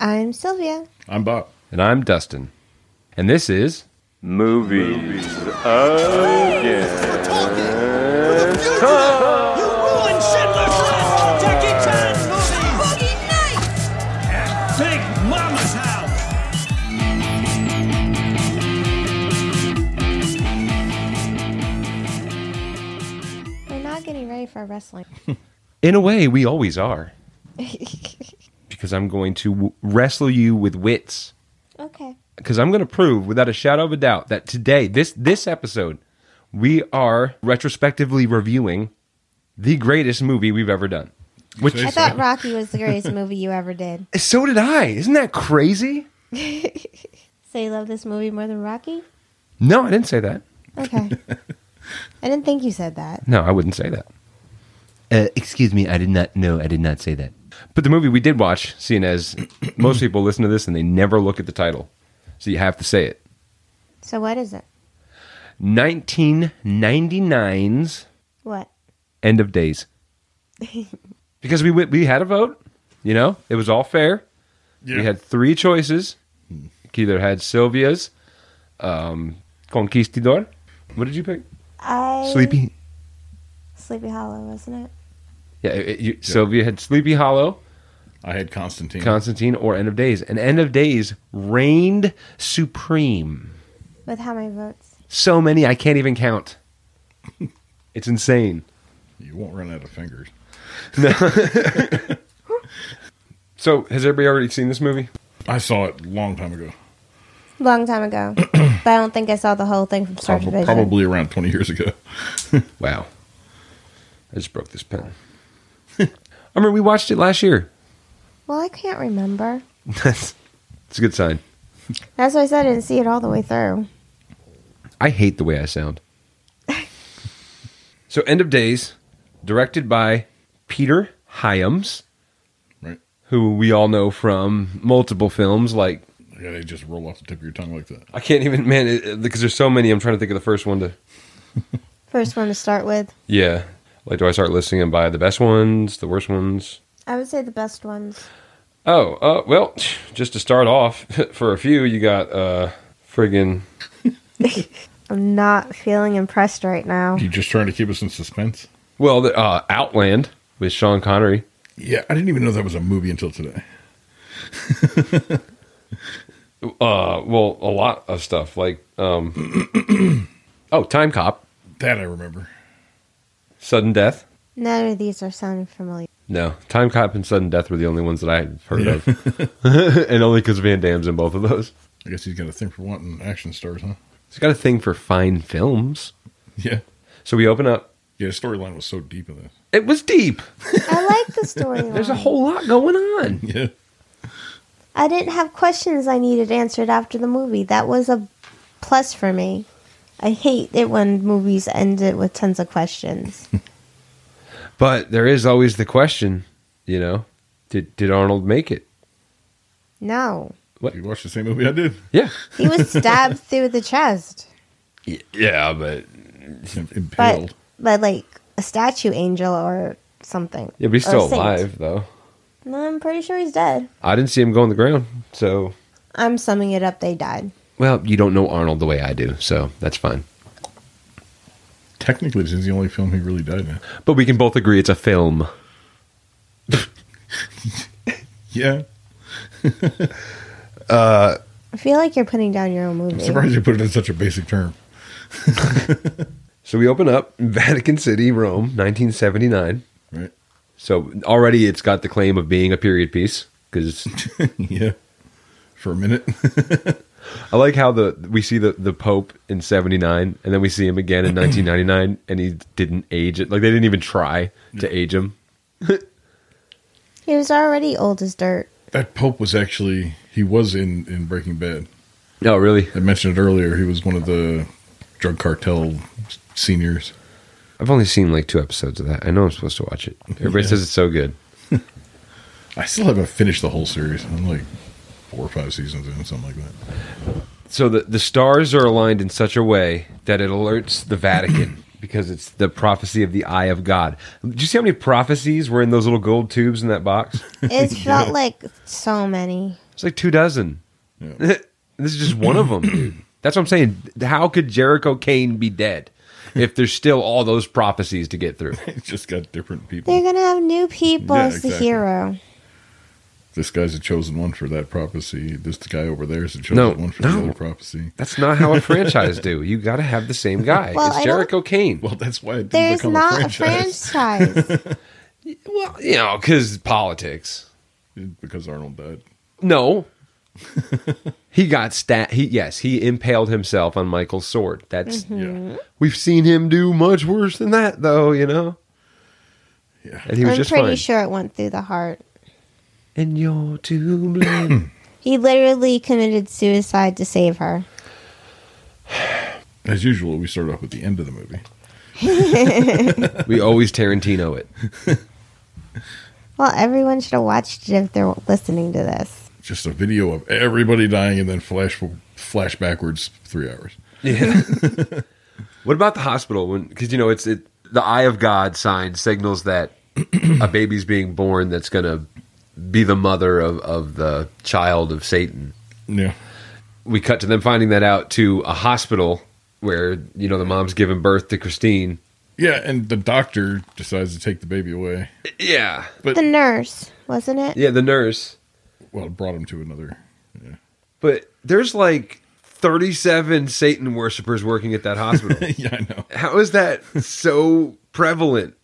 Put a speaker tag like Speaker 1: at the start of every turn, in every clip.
Speaker 1: I'm Sylvia.
Speaker 2: I'm Bob.
Speaker 3: And I'm Dustin. And this is
Speaker 4: Movies.
Speaker 5: ruined Schindler's List! Jackie Chan movies! Boogie Nights! Big Mama's House!
Speaker 1: We're not getting ready for wrestling.
Speaker 3: In a Way We Always Are. because I'm going to w- wrestle you with wits.
Speaker 1: okay.
Speaker 3: Because I'm going to prove without a shadow of a doubt that today, this this episode, we are retrospectively reviewing the greatest movie we've ever done. Which
Speaker 1: I thought Rocky was the greatest movie you ever did.
Speaker 3: so did I. Isn't that crazy?
Speaker 1: So you love this movie more than Rocky?
Speaker 3: No, I didn't say that.
Speaker 1: Okay. I didn't think you said that.
Speaker 3: No, I wouldn't say that. Uh, excuse me, I did not. No, I did not say that. But the movie we did watch, seeing as most people listen to this and they never look at the title, so you have to say it.
Speaker 1: So what is it?
Speaker 3: 1999's
Speaker 1: What?
Speaker 3: End of Days. because we went- we had a vote, you know, it was all fair.
Speaker 2: Yeah.
Speaker 3: We had three choices. Either had Sylvia's um, Conquistador. What did you pick?
Speaker 1: I
Speaker 3: Sleepy
Speaker 1: Sleepy Hollow, wasn't it?
Speaker 3: Yeah, it- it- you, Sylvia had Sleepy Hollow,
Speaker 2: I had Constantine.
Speaker 3: Constantine, or End of Days. And End of Days reigned supreme.
Speaker 1: With how many votes?
Speaker 3: So many I can't even count. It's insane.
Speaker 2: you won't run out of fingers.
Speaker 3: So, has everybody already seen this movie?
Speaker 2: I saw it a long time ago.
Speaker 1: Long time ago. but I don't think I saw the whole thing from start to finish.
Speaker 2: Probably, probably around 20 years ago.
Speaker 3: Wow. I just broke this pen. I remember we watched it last year.
Speaker 1: Well, I can't remember.
Speaker 3: That's it's a good sign.
Speaker 1: That's why I said I didn't see it all the way through.
Speaker 3: I hate the way I sound. so, End of Days, directed by Peter Hyams,
Speaker 2: Right?
Speaker 3: who we all know from multiple films like
Speaker 2: Yeah, they just roll off the tip of your tongue like that.
Speaker 3: I can't even, man, it- it- because there's so many. I'm trying to think of the first one to.
Speaker 1: First one to start with.
Speaker 3: Yeah. Like, do I start listing them by the best ones, the worst ones?
Speaker 1: I would say the best ones.
Speaker 3: Oh, uh, well, just to start off, for a few, you got uh, friggin'
Speaker 1: I'm not feeling impressed right now.
Speaker 2: You just trying to keep us in suspense?
Speaker 3: well, the, uh, Outland with Sean Connery.
Speaker 2: Yeah, I didn't even know that was a movie until today.
Speaker 3: Uh, well, a lot of stuff like um, oh, Time Cop,
Speaker 2: That I remember.
Speaker 3: Sudden Death.
Speaker 1: None of these are sounding familiar.
Speaker 3: No, Time Cop and Sudden Death were the only ones that I've heard of, and only because Van Damme's in both of those.
Speaker 2: I guess he's got a thing for wanting action stars, huh?
Speaker 3: He's got a thing for fine films.
Speaker 2: Yeah.
Speaker 3: So we open up.
Speaker 2: Yeah, his storyline was so deep in this.
Speaker 3: It was deep.
Speaker 1: I like the storyline.
Speaker 3: There's a whole lot going on.
Speaker 2: Yeah.
Speaker 1: I didn't have questions I needed answered after the movie. That was a plus for me. I hate it when movies end it with tons of questions.
Speaker 3: But there is always the question, you know, did did Arnold make it?
Speaker 1: no.
Speaker 2: You watched the same movie I did?
Speaker 3: Yeah.
Speaker 1: He was stabbed through the chest
Speaker 3: Yeah, but
Speaker 2: Im-
Speaker 1: but
Speaker 2: Impaled.
Speaker 1: by like a statue angel or something.
Speaker 3: yeah, but he's
Speaker 1: Or
Speaker 3: still
Speaker 1: a saint.
Speaker 3: alive though.
Speaker 1: No, I'm pretty sure he's dead.
Speaker 3: I didn't see him go on the ground. So,
Speaker 1: I'm summing it up. They died.
Speaker 3: well, you don't know Arnold the way I do, so that's fine.
Speaker 2: Technically, this is the only film he really died in.
Speaker 3: But we can both agree it's a film.
Speaker 2: Yeah.
Speaker 1: I feel like you're putting down your own movie.
Speaker 2: I'm surprised you put it in such a basic term.
Speaker 3: So we open up in Vatican City, Rome, 1979.
Speaker 2: Right?
Speaker 3: So already it's got the claim of being a period piece because
Speaker 2: yeah. For a minute.
Speaker 3: I like how the we see the, the Pope in 79 and then we see him again in 1999 and he didn't age it. Like they didn't even try to age him.
Speaker 1: He was already old as dirt.
Speaker 2: that Pope was actually, he was in, in Breaking Bad.
Speaker 3: Oh, really?
Speaker 2: I mentioned it earlier. He was one of the drug cartel s- seniors.
Speaker 3: I've only seen like two episodes of that. I know I'm supposed to watch it. Everybody
Speaker 2: Yeah.
Speaker 3: says it's so good.
Speaker 2: I still haven't finished the whole series. I'm like four or five seasons in, something like that.
Speaker 3: So the, the stars are aligned in such a way that it alerts the Vatican because it's the prophecy of the eye of God. Did you see how many prophecies were in those little gold tubes in that box?
Speaker 1: It felt like so many.
Speaker 3: It's like two dozen.
Speaker 2: Yeah.
Speaker 3: This is just one of them, dude. That's what I'm saying. How could Jericho Kane be dead if there's still all those prophecies to get through?
Speaker 2: It's just got different people.
Speaker 1: They're gonna have new people
Speaker 2: Yeah,
Speaker 1: as the
Speaker 2: exactly.
Speaker 1: hero.
Speaker 2: This guy's a chosen one for that prophecy. This guy over there is a chosen
Speaker 3: No,
Speaker 2: one for
Speaker 3: no.
Speaker 2: the other prophecy.
Speaker 3: That's not how a franchise do. You got to have the same guy.
Speaker 1: Well, I
Speaker 3: it's
Speaker 1: don't-
Speaker 3: Jericho Kane.
Speaker 2: Well, that's why it didn't
Speaker 1: There's
Speaker 2: become
Speaker 1: not
Speaker 2: a franchise.
Speaker 1: a franchise.
Speaker 3: Well, you know, because politics.
Speaker 2: because Arnold died.
Speaker 3: No. he got stat. He yes, he impaled himself on Michael's sword. That's
Speaker 1: Mm-hmm. Hmm.
Speaker 2: Yeah.
Speaker 3: we've seen him do much worse than that, though. You know.
Speaker 2: Yeah.
Speaker 3: And he was
Speaker 1: I'm
Speaker 3: just
Speaker 1: pretty
Speaker 3: fine.
Speaker 1: sure it went through the heart.
Speaker 3: And you're to blame.
Speaker 1: He literally committed suicide to save her.
Speaker 2: As usual, we start off with the end of the movie.
Speaker 3: we always Tarantino it.
Speaker 1: Well, everyone should have watched it if they're listening to this.
Speaker 2: Just a video of everybody dying and then flash flash backwards three hours.
Speaker 3: Yeah. what about the hospital? When because you know it's it the eye of God sign signals that a baby's being born that's gonna be the mother of of the child of Satan.
Speaker 2: Yeah.
Speaker 3: we cut to them finding that out to a hospital where you know the mom's giving birth to Christine.
Speaker 2: Yeah, and the doctor decides to take the baby away.
Speaker 3: Yeah,
Speaker 2: But
Speaker 1: The nurse, wasn't it?
Speaker 3: yeah, the nurse.
Speaker 2: well, it brought him to another.
Speaker 3: But there's like 37 Satan worshippers working at that hospital.
Speaker 2: yeah, I know.
Speaker 3: How is that so prevalent?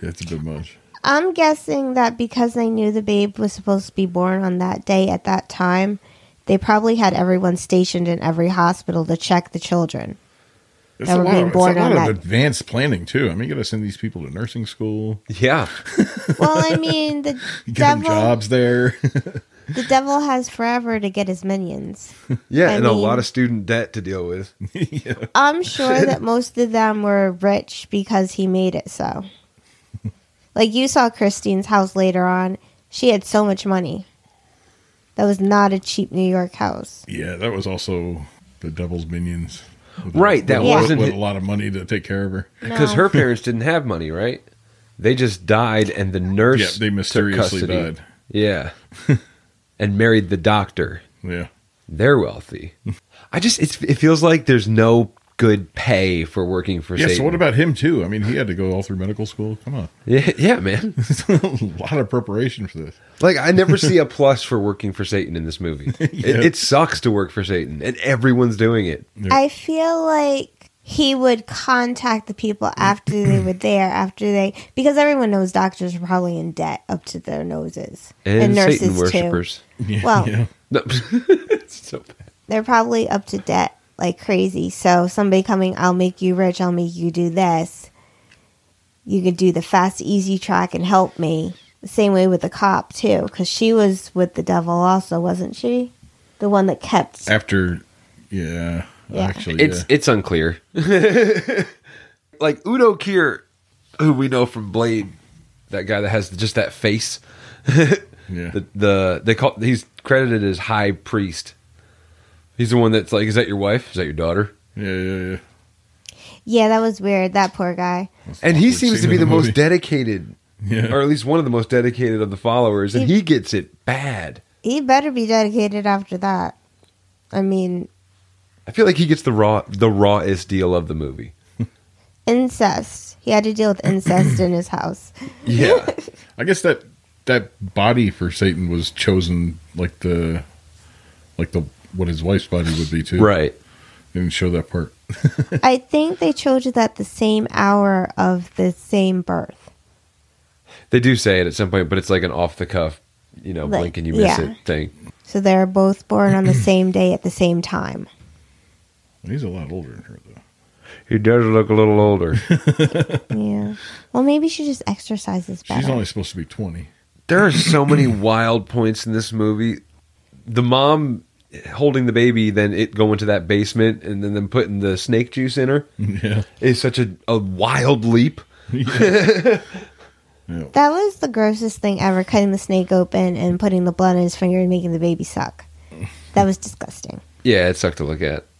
Speaker 2: It's a bit much.
Speaker 1: I'm guessing that because they knew the babe was supposed to be born on that day at that time, they probably had everyone stationed in every hospital to check the children.
Speaker 2: It's
Speaker 1: That
Speaker 2: a
Speaker 1: would
Speaker 2: lot,
Speaker 1: be
Speaker 2: of, it's a
Speaker 1: bored
Speaker 2: lot
Speaker 1: on
Speaker 2: of
Speaker 1: that.
Speaker 2: advanced planning too. I mean, you got to send these people to nursing school,
Speaker 3: Yeah,
Speaker 1: Well, I mean, the
Speaker 2: get them
Speaker 1: devil,
Speaker 2: jobs there.
Speaker 1: the devil has forever to get his minions.
Speaker 3: yeah,
Speaker 1: I
Speaker 3: and a
Speaker 1: mean-
Speaker 3: lot of student debt to deal with.
Speaker 1: I'm sure that most of them were rich because he made it so. Like you saw Christine's house later on, she had so much money. That was not a cheap New York house.
Speaker 2: yeah, that was also the devil's minions. With a-
Speaker 3: Right, that
Speaker 2: with a-
Speaker 3: wasn't
Speaker 2: with
Speaker 3: hi-
Speaker 2: a lot of money to take care of her.
Speaker 3: Because
Speaker 1: No.
Speaker 3: her parents didn't have money, right? They just died, and the nurse
Speaker 2: Yeah, they
Speaker 3: took
Speaker 2: mysteriously
Speaker 3: custody.
Speaker 2: died.
Speaker 3: Yeah, and married the doctor.
Speaker 2: Yeah,
Speaker 3: they're wealthy. I just it's, it feels like there's no good pay for working for
Speaker 2: yeah.
Speaker 3: Satan.
Speaker 2: So what about him too? I mean, he had to go all through medical school. Come on,
Speaker 3: yeah, yeah, man.
Speaker 2: it's a lot of preparation for this.
Speaker 3: Like I never see a plus for working for Satan in this movie. it, it sucks to work for Satan, and everyone's doing it.
Speaker 1: I feel like he would contact the people after they were there, after they because everyone knows doctors are probably in debt up to their noses.
Speaker 3: And, Satan worshippers.
Speaker 2: Yeah,
Speaker 1: Well-
Speaker 2: yeah.
Speaker 3: No. it's so bad.
Speaker 1: They're probably up to debt like crazy. So somebody coming, I'll make you rich, I'll make you do this. You could do the fast, easy track and help me. The same way with the cop too, because she was with the devil also, wasn't she? The one that
Speaker 2: Eh.
Speaker 1: kept
Speaker 2: after, yeah,
Speaker 1: Yeah.
Speaker 2: actually,
Speaker 3: It's it's unclear. like Udo Kier, who we know from Blade, that guy that has just that face.
Speaker 2: yeah, yeah.
Speaker 3: the the they call he's credited as high priest. He's the one that's like, is that your wife? Is that your daughter?
Speaker 2: yeah, yeah, yeah.
Speaker 1: Yeah, that was weird, that poor guy.
Speaker 2: That's
Speaker 3: And he
Speaker 2: awkward
Speaker 3: seems
Speaker 2: scene
Speaker 3: to be
Speaker 2: in
Speaker 3: the, most
Speaker 2: movie.
Speaker 3: dedicated,
Speaker 2: Yeah.
Speaker 3: or at least one of the most dedicated of the followers, and he gets it bad.
Speaker 1: He better be dedicated after that. I mean,
Speaker 3: I feel like he gets the raw the rawest deal of the movie.
Speaker 1: incest. He had to deal with incest in his house.
Speaker 3: Yeah,
Speaker 2: I guess that that body for Satan was chosen like the like the what his wife's body would be too.
Speaker 3: right.
Speaker 2: They didn't show that part.
Speaker 1: I think they chose it at the same hour of the same birth.
Speaker 3: They do say it at some point, but it's like an off the cuff, you know,
Speaker 1: Like,
Speaker 3: blink and you miss
Speaker 1: yeah.
Speaker 3: it thing.
Speaker 1: So they're both born on the same day at the same time.
Speaker 2: He's a lot older than her though.
Speaker 3: He does look a little older.
Speaker 1: Yeah. Well, maybe she just exercises better.
Speaker 2: She's only supposed to be twenty.
Speaker 3: There are so many wild points in this movie. The mom holding the baby, then it going to that basement, and then them putting the snake juice in her
Speaker 2: Yeah.
Speaker 3: is such a, a wild leap.
Speaker 1: that was the grossest thing ever cutting the snake open and putting the blood in his finger and making the baby suck. That was disgusting.
Speaker 3: Yeah, it sucked to look at.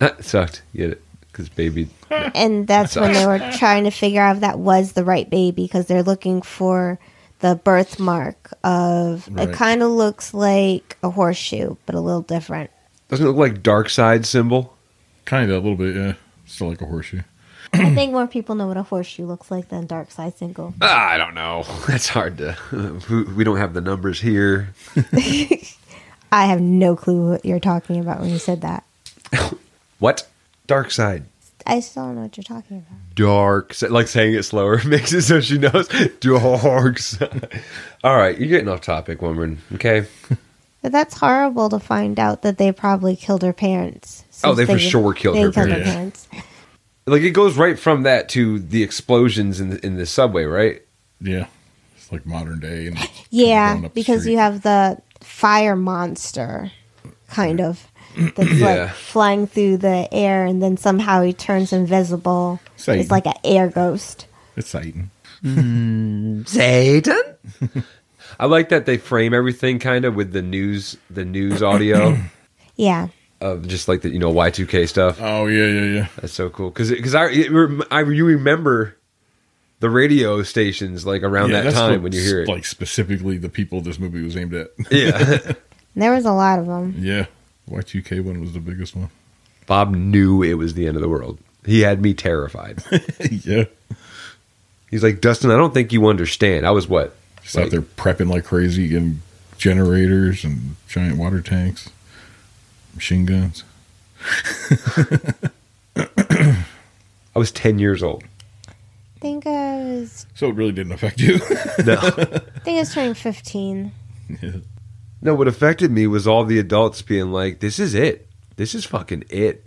Speaker 3: It sucked. Get it? Because baby.
Speaker 1: And that's when they were trying to figure out if that was the right baby because they're looking for the birthmark of
Speaker 2: Right.
Speaker 1: it kind of looks like a horseshoe, but a little different.
Speaker 3: Doesn't it look like dark side symbol?
Speaker 2: Kind of a little bit, yeah. Still like a horseshoe.
Speaker 1: I think more people know what a horseshoe looks like than dark side single.
Speaker 3: Ah, I don't know. That's hard to. We don't have the numbers here.
Speaker 1: I have no clue what you're talking about when you said that.
Speaker 3: What? Dark side.
Speaker 1: I still don't know what you're talking about.
Speaker 3: Dark side. Like saying it slower makes it so she knows. Dark side. All right, you're getting off topic, woman. Okay.
Speaker 1: But that's horrible to find out that they probably killed her parents.
Speaker 3: Oh, they
Speaker 1: since
Speaker 3: for sure killed
Speaker 1: they
Speaker 3: her parents. Like it goes right from that to the explosions in the, in the subway, right?
Speaker 2: Yeah. It's like modern day. And going
Speaker 1: Yeah,
Speaker 2: up the
Speaker 1: because
Speaker 2: street.
Speaker 1: you have the fire monster, kind of, that's
Speaker 3: Yeah.
Speaker 1: like flying through the air, and then somehow he turns invisible.
Speaker 2: Satan.
Speaker 1: It's like an air ghost.
Speaker 2: It's Satan.
Speaker 3: Satan. I like that they frame everything kind of with the news, the news audio
Speaker 1: Yeah,
Speaker 3: of just like the you know Y two K stuff.
Speaker 2: Oh, yeah, yeah, yeah.
Speaker 3: That's so cool because because I it rem- I you remember the radio stations like around
Speaker 2: yeah
Speaker 3: that time when you hear it.
Speaker 2: Like specifically the people this movie was aimed at.
Speaker 3: yeah,
Speaker 1: And there was a lot of them.
Speaker 2: yeah. Y2K one was the biggest one.
Speaker 3: Bob knew it was the end of the world. He had me terrified.
Speaker 2: yeah.
Speaker 3: He's like Dustin. I don't think you understand. I was what
Speaker 2: Just out there prepping like crazy and generators and giant water tanks, machine guns.
Speaker 3: I was ten years old.
Speaker 1: I think I was,
Speaker 2: So it really didn't affect you.
Speaker 3: No.
Speaker 1: I think I was turning fifteen.
Speaker 2: yeah.
Speaker 3: No, what affected me was all the adults being like, "This is it. This is fucking it."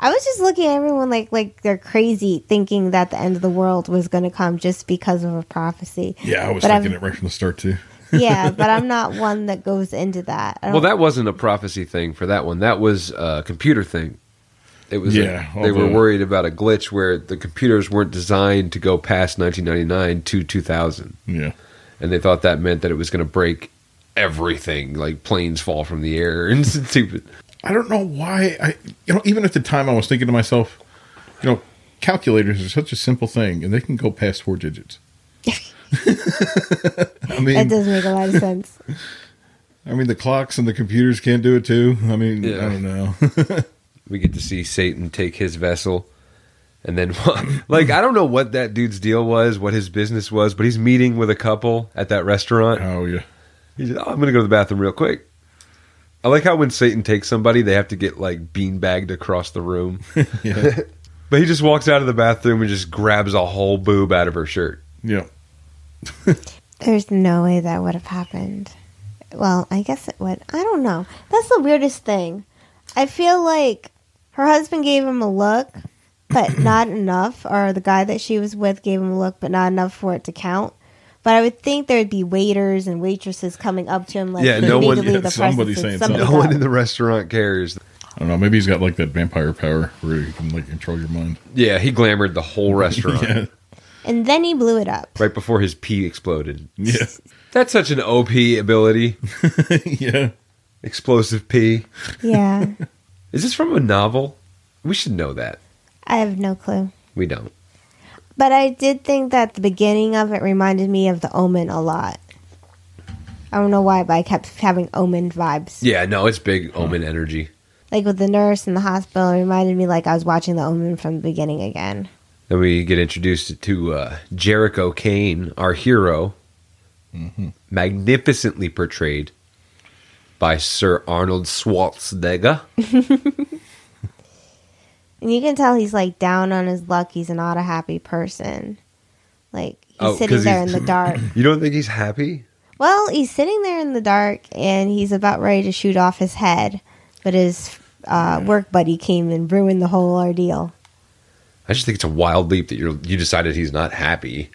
Speaker 1: I was just looking at everyone like like they're crazy, thinking that the end of the world was going to come just because of a prophecy.
Speaker 2: Yeah, I was
Speaker 1: But
Speaker 2: thinking
Speaker 1: I'm-
Speaker 2: it right from the start too.
Speaker 1: yeah, but I'm not one that goes into that. I
Speaker 3: well,
Speaker 1: don't-
Speaker 3: that wasn't a prophecy thing for that one. That was a computer thing. It was a-
Speaker 2: Yeah, all
Speaker 3: they were
Speaker 2: the-
Speaker 3: worried about a glitch where the computers weren't designed to go past 1999 to 2000,
Speaker 2: Yeah.
Speaker 3: and they thought that meant that it was going to break everything, like planes fall from the air and stupid.
Speaker 2: I don't know why I you know even at the time I was thinking to myself, you know, calculators are such a simple thing and they can go past four digits. I
Speaker 1: that
Speaker 2: mean,
Speaker 1: does make a lot of sense.
Speaker 2: I mean the clocks and the computers can't do it too. I mean,
Speaker 3: Yeah.
Speaker 2: I don't know.
Speaker 3: We get to see Satan take his vessel. And then, like, I don't know what that dude's deal was, what his business was, but he's meeting with a couple at that restaurant.
Speaker 2: oh yeah,
Speaker 3: He's like, oh, I'm going to go to the bathroom real quick. I like how when Satan takes somebody, they have to get like beanbagged across the room.
Speaker 2: yeah,
Speaker 3: But he just walks out of the bathroom and just grabs a whole boob out of her shirt.
Speaker 2: yeah.
Speaker 1: There's no way that would have happened. Well, I guess it would. I don't know. That's the weirdest thing. I feel like her husband gave him a look, but not enough, or the guy that she was with gave him a look, but not enough for it to count. But I would think there'd be waiters and waitresses coming up to him like,
Speaker 3: Yeah,
Speaker 1: "You
Speaker 3: no
Speaker 1: need
Speaker 3: one-
Speaker 1: to leave
Speaker 2: yeah,
Speaker 1: the
Speaker 2: somebody
Speaker 1: presence.
Speaker 2: saying
Speaker 1: Somebody
Speaker 2: something.
Speaker 3: No
Speaker 1: go."
Speaker 3: one in the restaurant cares.
Speaker 2: I don't know. Maybe he's got like that vampire power where he can like control your mind.
Speaker 3: Yeah, he glamored the whole restaurant
Speaker 2: Yeah,
Speaker 1: And then he blew it up.
Speaker 3: right before his pee exploded.
Speaker 2: yeah,
Speaker 3: That's such an OP ability.
Speaker 2: yeah.
Speaker 3: Explosive pee.
Speaker 1: Yeah,
Speaker 3: Is this from a novel? We should know that.
Speaker 1: I have no clue.
Speaker 3: We don't.
Speaker 1: But I did think that the beginning of it reminded me of the Omen a lot. I don't know why, but I kept having Omen vibes.
Speaker 3: Yeah, no, it's big omen energy.
Speaker 1: Like with the nurse in the hospital, it reminded me like I was watching the Omen from the beginning again.
Speaker 3: Then we get introduced to uh, Jericho Kane, our hero, Mm-hmm. magnificently portrayed by Sir Arnold Schwarzenegger.
Speaker 1: And you can tell he's like down on his luck. He's not a happy person. Like he's
Speaker 3: Oh,
Speaker 1: sitting
Speaker 3: 'cause
Speaker 1: there
Speaker 3: he's-
Speaker 1: in the dark.
Speaker 3: You don't think he's happy?
Speaker 1: well, he's sitting there in the dark and he's about ready to shoot off his head, but his uh, work buddy came and ruined the whole ordeal.
Speaker 3: I just think it's a wild leap that you are you decided he's not happy.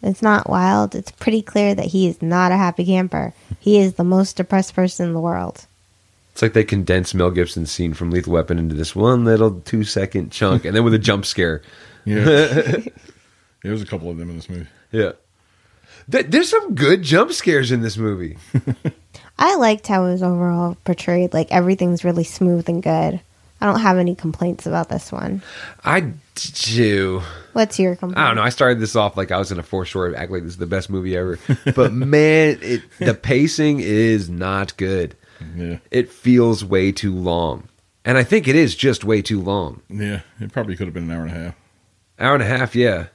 Speaker 1: It's not wild. It's pretty clear that he is not a happy camper. He is the most depressed person in the world.
Speaker 3: It's like they condensed Mel Gibson's scene from Lethal Weapon into this one little two second chunk, and then with a jump scare.
Speaker 2: yeah. There was a couple of them in this movie.
Speaker 3: Yeah, Th- there's some good jump scares in this movie.
Speaker 1: I liked how it was overall portrayed. Like everything's really smooth and good. I don't have any complaints about this one.
Speaker 3: I do.
Speaker 1: What's your complaint?
Speaker 3: I don't know. I started this off like I was in a foreshore of act like this is the best movie ever, but man, it the pacing is not good.
Speaker 2: Yeah.
Speaker 3: It feels way too long, and I think it is just way too long.
Speaker 2: Yeah. It probably could have been an hour and a half.
Speaker 3: Hour and a half, yeah.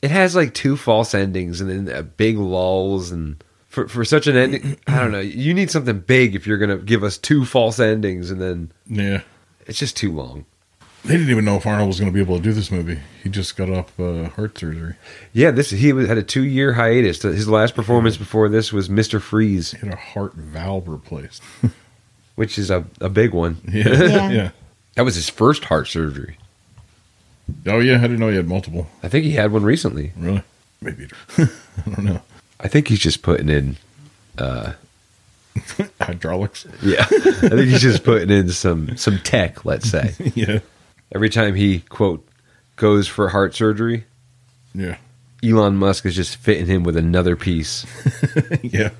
Speaker 3: it has like two false endings and then uh, big lulls, and for for such an ending, I don't know. You need something big if you're gonna give us two false endings, and then
Speaker 2: Yeah.
Speaker 3: it's just too long.
Speaker 2: They didn't even know if Arnold was going to be able to do this movie. He just got off uh, heart surgery.
Speaker 3: Yeah, this he was- had a two year hiatus. His last performance before this was Mister Freeze,
Speaker 2: He had a heart valve replaced.
Speaker 3: which is a, a big one.
Speaker 2: yeah.
Speaker 1: Yeah.
Speaker 2: Yeah.
Speaker 3: That was his first heart surgery.
Speaker 2: Oh, yeah. I didn't know he had multiple.
Speaker 3: I think he had one recently.
Speaker 2: Really? Maybe. I don't know.
Speaker 3: I think he's just putting in.
Speaker 2: Hydraulics.
Speaker 3: Yeah, I think he's just putting in some some tech. Let's say
Speaker 2: yeah.
Speaker 3: every time he quote goes for heart surgery,
Speaker 2: Yeah.
Speaker 3: Elon Musk is just fitting him with another piece.
Speaker 2: Yeah.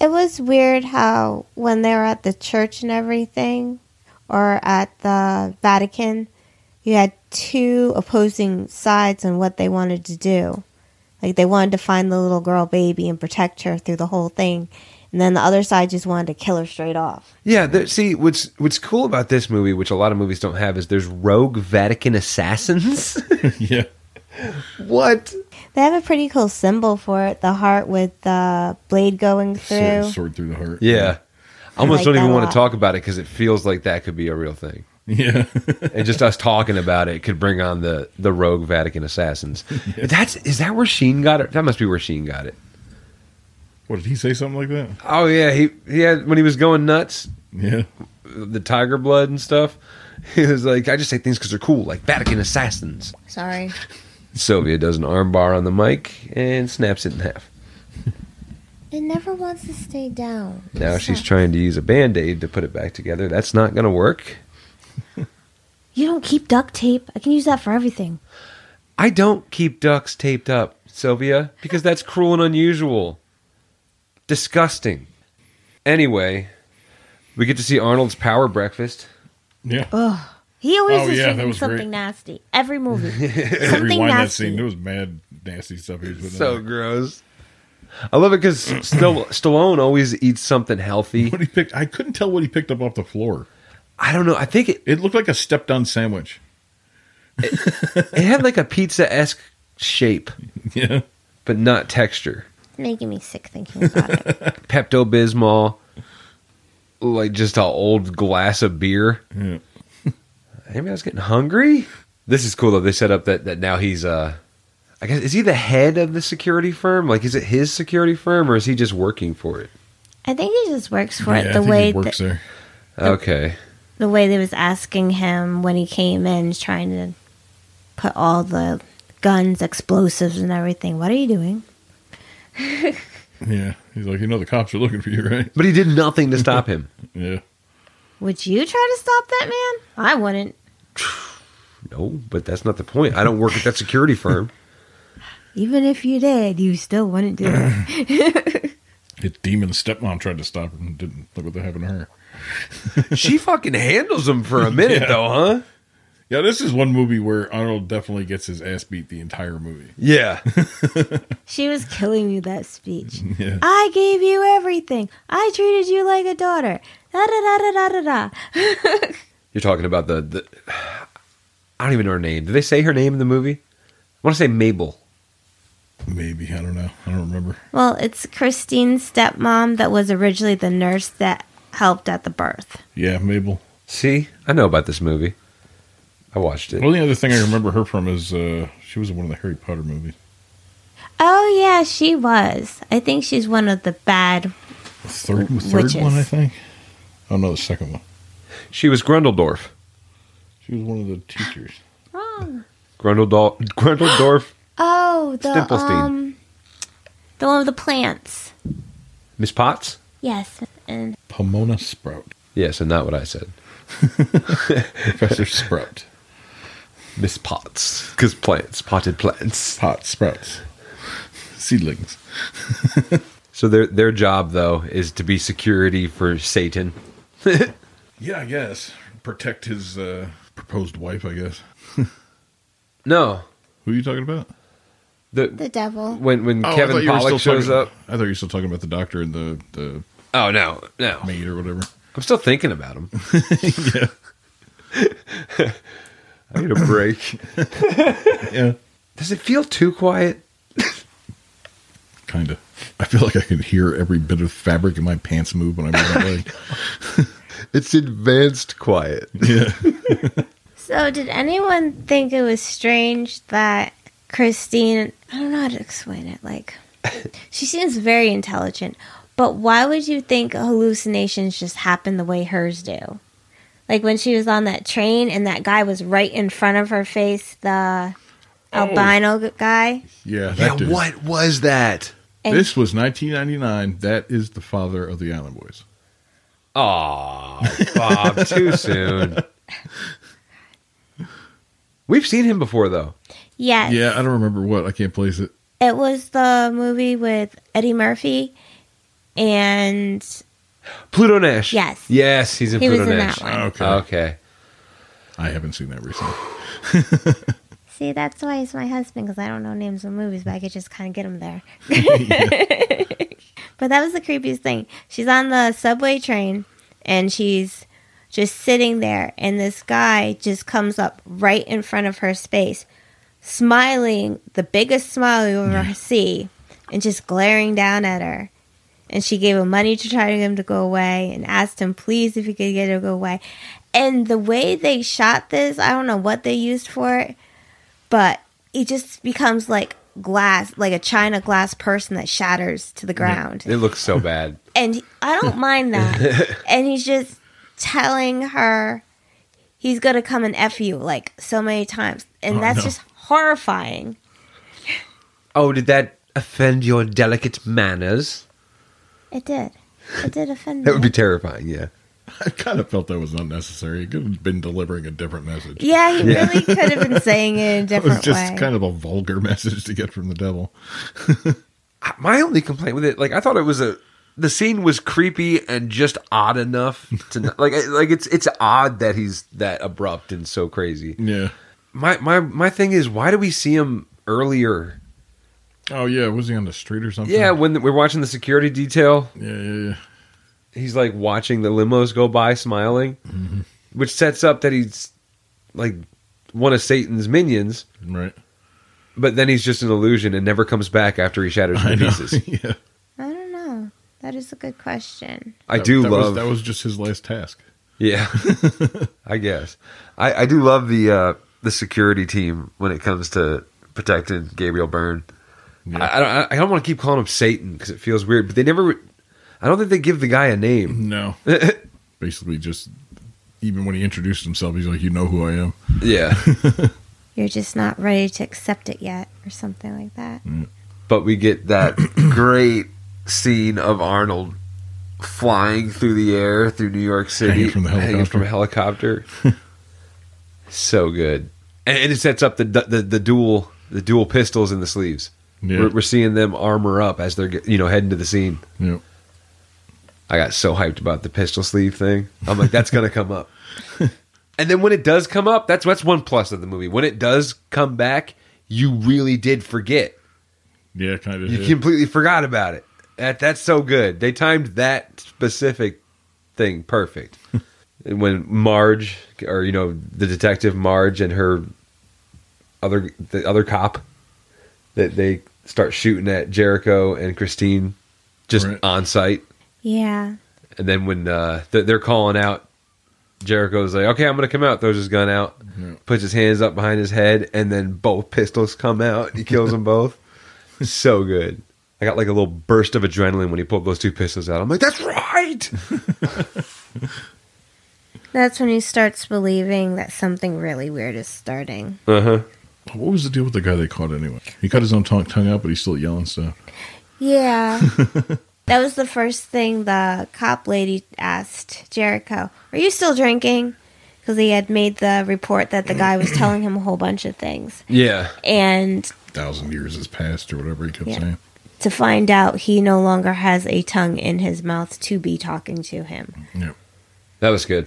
Speaker 1: It was weird how when they were at the church and everything, or at the Vatican, you had two opposing sides on what they wanted to do. Like they wanted to find the little girl baby and protect her through the whole thing, and then the other side just wanted to kill her straight off.
Speaker 3: Yeah, there, see what's what's cool about this movie, which a lot of movies don't have, is there's rogue Vatican assassins.
Speaker 2: Yeah.
Speaker 3: what?
Speaker 1: They have a pretty cool symbol for it—the heart with the blade going through.
Speaker 2: Sword, sword through the heart.
Speaker 3: Yeah, I almost
Speaker 1: like
Speaker 3: don't
Speaker 1: that
Speaker 3: even
Speaker 1: a
Speaker 3: want
Speaker 1: lot.
Speaker 3: to talk about it because it feels like that could be a real thing.
Speaker 2: Yeah.
Speaker 3: and just us talking about it could bring on the the rogue Vatican assassins. That's is that where Sheen got it? That must be where Sheen got it.
Speaker 2: what did he say? Something like that?
Speaker 3: Oh yeah, he he had when he was going nuts,
Speaker 2: Yeah.
Speaker 3: the tiger blood and stuff. He was like, I just say things because they're cool, like Vatican assassins.
Speaker 1: Sorry.
Speaker 3: Sylvia does an armbar on the mic and snaps it in half.
Speaker 1: It never wants to stay down.
Speaker 3: Now she's trying to use a band aid to put it back together. That's not going to work.
Speaker 4: You don't keep duct tape. I can use that for everything.
Speaker 3: I don't keep ducks taped up, Sylvia, because that's cruel and unusual. Disgusting. Anyway, we get to see Arnold's power breakfast.
Speaker 2: Yeah.
Speaker 4: He always
Speaker 2: Oh,
Speaker 4: is
Speaker 2: yeah, that
Speaker 4: drinking
Speaker 2: was
Speaker 4: something
Speaker 2: great.
Speaker 4: nasty. Every movie.
Speaker 2: I
Speaker 4: something
Speaker 2: rewind that
Speaker 4: nasty.
Speaker 2: scene. It was mad nasty stuff he was putting
Speaker 3: So
Speaker 2: in.
Speaker 3: gross. I love it because Still- Stallone always eats something healthy.
Speaker 2: What he picked, I couldn't tell what he picked up off the floor.
Speaker 3: I don't know. I think it,
Speaker 2: It looked like a stepped on sandwich.
Speaker 3: it had like a pizza esque shape,
Speaker 2: Yeah.
Speaker 3: but not texture.
Speaker 1: It's making me sick thinking about it.
Speaker 3: Pepto Bismol, like just a old glass of beer.
Speaker 2: Yeah.
Speaker 3: Maybe I was getting hungry. This is cool though. They set up that that now he's uh, I guess is he the head of the security firm? Like, is it his security firm or is he just working for it?
Speaker 4: I think he just works for
Speaker 2: Yeah,
Speaker 4: it the
Speaker 2: I think he
Speaker 4: way
Speaker 2: works
Speaker 4: that,
Speaker 2: there.
Speaker 3: Okay,
Speaker 1: the way they was asking him when he came in, trying to put all the guns, explosives, and everything. What are you doing?
Speaker 2: Yeah. He's like, you know, the cops are looking for you, right?
Speaker 3: but he did nothing to stop him.
Speaker 2: Yeah.
Speaker 1: Would you try to stop that man? I wouldn't.
Speaker 3: No, but that's not the point. I don't work at that security firm.
Speaker 1: Even if you did, you still wouldn't do it.
Speaker 2: His demon stepmom tried to stop him and didn't. Look what they happened to her.
Speaker 3: She fucking handles him for a minute
Speaker 2: Yeah.
Speaker 3: though, huh?
Speaker 2: Yeah, this is one movie where Arnold definitely gets his ass beat the entire movie.
Speaker 3: Yeah,
Speaker 1: She was killing me that speech.
Speaker 2: Yeah.
Speaker 1: I gave you everything. I treated you like a daughter. Da da da da da da da.
Speaker 3: you're talking about the the. I don't even know her name. Did they say her name in the movie? I want to say Mabel.
Speaker 2: Maybe. I don't know. I don't remember.
Speaker 1: Well, it's Christine's stepmom that was originally the nurse that helped at the birth.
Speaker 2: Yeah, Mabel.
Speaker 3: See, I know about this movie. I watched it.
Speaker 2: Well, the other thing I remember her from is uh, she was in one of the Harry Potter movies.
Speaker 1: Oh yeah, she was. I think she's one of the bad
Speaker 2: The third, third
Speaker 1: Witches.
Speaker 2: one, I think. Oh, no, the second one.
Speaker 3: She was Grundledorf.
Speaker 2: She was one of the teachers.
Speaker 1: wrong.
Speaker 3: Grundledorf. Grundledorf.
Speaker 1: Oh, the
Speaker 3: Stimplestein.
Speaker 1: um, the one with the plants.
Speaker 3: Miss Potts?
Speaker 1: Yes, and
Speaker 2: Pomona Sprout.
Speaker 3: Yes, and not what I said.
Speaker 2: Professor Sprout.
Speaker 3: Miss Potts. Because plants, potted plants.
Speaker 2: Pot sprouts. Seedlings.
Speaker 3: So their their job though is to be security for Satan.
Speaker 2: Yeah, I guess. Protect his uh, proposed wife, I guess.
Speaker 3: No,
Speaker 2: Who are you talking about?
Speaker 3: the
Speaker 1: The devil.
Speaker 3: when when
Speaker 2: Oh, I thought
Speaker 3: Kevin
Speaker 2: you were
Speaker 3: Pollock
Speaker 2: still
Speaker 3: shows up.
Speaker 2: talking- I thought you were still talking about the doctor and the the
Speaker 3: Oh no, no.
Speaker 2: maid or whatever.
Speaker 3: I'm still thinking about him. I need a break.
Speaker 2: Yeah,
Speaker 3: Does it feel too quiet?
Speaker 2: kind of. I feel like I can hear every bit of fabric in my pants move when I'm away.
Speaker 3: It's advanced quiet.
Speaker 2: yeah,
Speaker 1: So, did anyone think it was strange that Christine? I don't know how to explain it. Like, she seems very intelligent, but why would you think hallucinations just happen the way hers do? Like when she was on that train and that guy was right in front of her face, the
Speaker 2: Oh.
Speaker 1: albino g- guy.
Speaker 2: yeah. That
Speaker 3: Yeah,
Speaker 2: dude.
Speaker 3: what was that?
Speaker 1: And-
Speaker 2: This was 1999. That is the father of the Island Boys.
Speaker 3: Aw, Bob, too soon. We've seen him before, though.
Speaker 1: Yes.
Speaker 2: Yeah, I don't remember what. I can't place it.
Speaker 1: It was the movie with Eddie Murphy, and
Speaker 3: Pluto Nash.
Speaker 1: Yes.
Speaker 3: Yes, he's in
Speaker 1: He was
Speaker 3: Pluto
Speaker 1: in
Speaker 3: Nash.
Speaker 1: that one.
Speaker 2: Ah, Okay,
Speaker 3: Okay.
Speaker 2: I haven't seen that recently.
Speaker 1: see, that's why he's my husband because I don't know names of movies, but I could just kind of get them there. But that was the creepiest thing. She's on the subway train and she's just sitting there, and this guy just comes up right in front of her space, smiling the biggest smile you ever see, and just glaring down at her. And she gave him money to try to get him to go away and asked him, please, if he could get her to go away. And the way they shot this, I don't know what they used for it, but it just becomes like glass, like a china glass person that shatters to the ground
Speaker 3: It looks so bad.
Speaker 1: and I don't mind that. and he's just telling her he's gonna come and f you like so many times, and
Speaker 2: Oh,
Speaker 1: that's
Speaker 2: no.
Speaker 1: just horrifying.
Speaker 3: Oh, did that offend your delicate manners?
Speaker 1: It did. It did offend
Speaker 3: That would
Speaker 1: me.
Speaker 3: be terrifying, yeah.
Speaker 2: I kind of felt that was unnecessary. It could have been delivering a different message.
Speaker 1: yeah, he really could have been saying it in a
Speaker 2: it was
Speaker 1: different
Speaker 2: just
Speaker 1: way.
Speaker 2: kind of a vulgar message to get from the devil.
Speaker 3: I- My only complaint with it, like I thought it was a the scene was creepy and just odd enough to not, like I- like it's it's odd that he's that abrupt and so crazy.
Speaker 2: Yeah.
Speaker 3: My my my thing is why do we see him earlier?
Speaker 2: Oh yeah, was he on the street or something?
Speaker 3: Yeah, when we're watching the security detail,
Speaker 2: yeah, yeah, yeah.
Speaker 3: he's like watching the limos go by smiling,
Speaker 2: Mm-hmm.
Speaker 3: which sets up that he's like one of Satan's minions,
Speaker 2: Right.
Speaker 3: but then he's just an illusion and never comes back after he shatters
Speaker 2: I
Speaker 3: into
Speaker 2: know.
Speaker 3: pieces.
Speaker 2: yeah.
Speaker 1: I don't know. That is a good question.
Speaker 3: I
Speaker 2: That-
Speaker 3: do
Speaker 2: that
Speaker 3: love
Speaker 2: Was, that was just his last task.
Speaker 3: Yeah, I guess I, I do love the uh, the security team when it comes to protecting Gabriel Byrne.
Speaker 2: Yeah.
Speaker 3: I, I don't I don't want to keep calling him Satan because it feels weird, but they never. I don't think they give the guy a name.
Speaker 2: No. Basically, just even when he introduced himself, he's like, "You know who I am."
Speaker 3: Yeah,
Speaker 1: You're just not ready to accept it yet, or something like that.
Speaker 2: Mm.
Speaker 3: but we get that great scene of Arnold flying through the air through New York City,
Speaker 2: Hanging from the
Speaker 3: from a helicopter. so good, and, and it sets up the, the the dual the dual pistols in the sleeves.
Speaker 2: Yeah.
Speaker 3: We're, we're seeing them armor up as they're get- you know heading to the scene.
Speaker 2: yeah.
Speaker 3: I got so hyped about the pistol sleeve thing. I'm like, that's gonna come up. and then when it does come up, that's that's one plus of the movie. When it does come back, you really did forget.
Speaker 2: Yeah. Kind of.
Speaker 3: You completely forgot about it. That that's so good. They timed that specific thing perfect. And when Marge, or you know, the detective Marge and her other the other cop, that they start shooting at Jericho and Christine, just
Speaker 2: Right.
Speaker 3: on site.
Speaker 1: Yeah.
Speaker 3: And then when uh, th- they're calling out, Jericho's like, "Okay, I'm gonna come out." Throws his gun out,
Speaker 2: Yeah.
Speaker 3: puts his hands up behind his head, and then both pistols come out. and He kills them both. So good. I got like a little burst of adrenaline when he pulled those two pistols out. I'm like, "That's right."
Speaker 1: That's when he starts believing that something really weird is starting.
Speaker 3: Uh huh.
Speaker 2: what was the deal with the guy they caught anyway? He cut his own tongue, tongue out, but he's still yelling stuff.
Speaker 1: Yeah. that was the first thing the cop lady asked Jericho. Are you still drinking? Because he had made the report that the guy was telling him a whole bunch of things.
Speaker 3: Yeah.
Speaker 1: And
Speaker 2: Thousand years has passed, or whatever he kept
Speaker 1: Yeah.
Speaker 2: saying.
Speaker 1: to find out, he no longer has a tongue in his mouth to be talking to him.
Speaker 2: Yeah.
Speaker 3: That was good.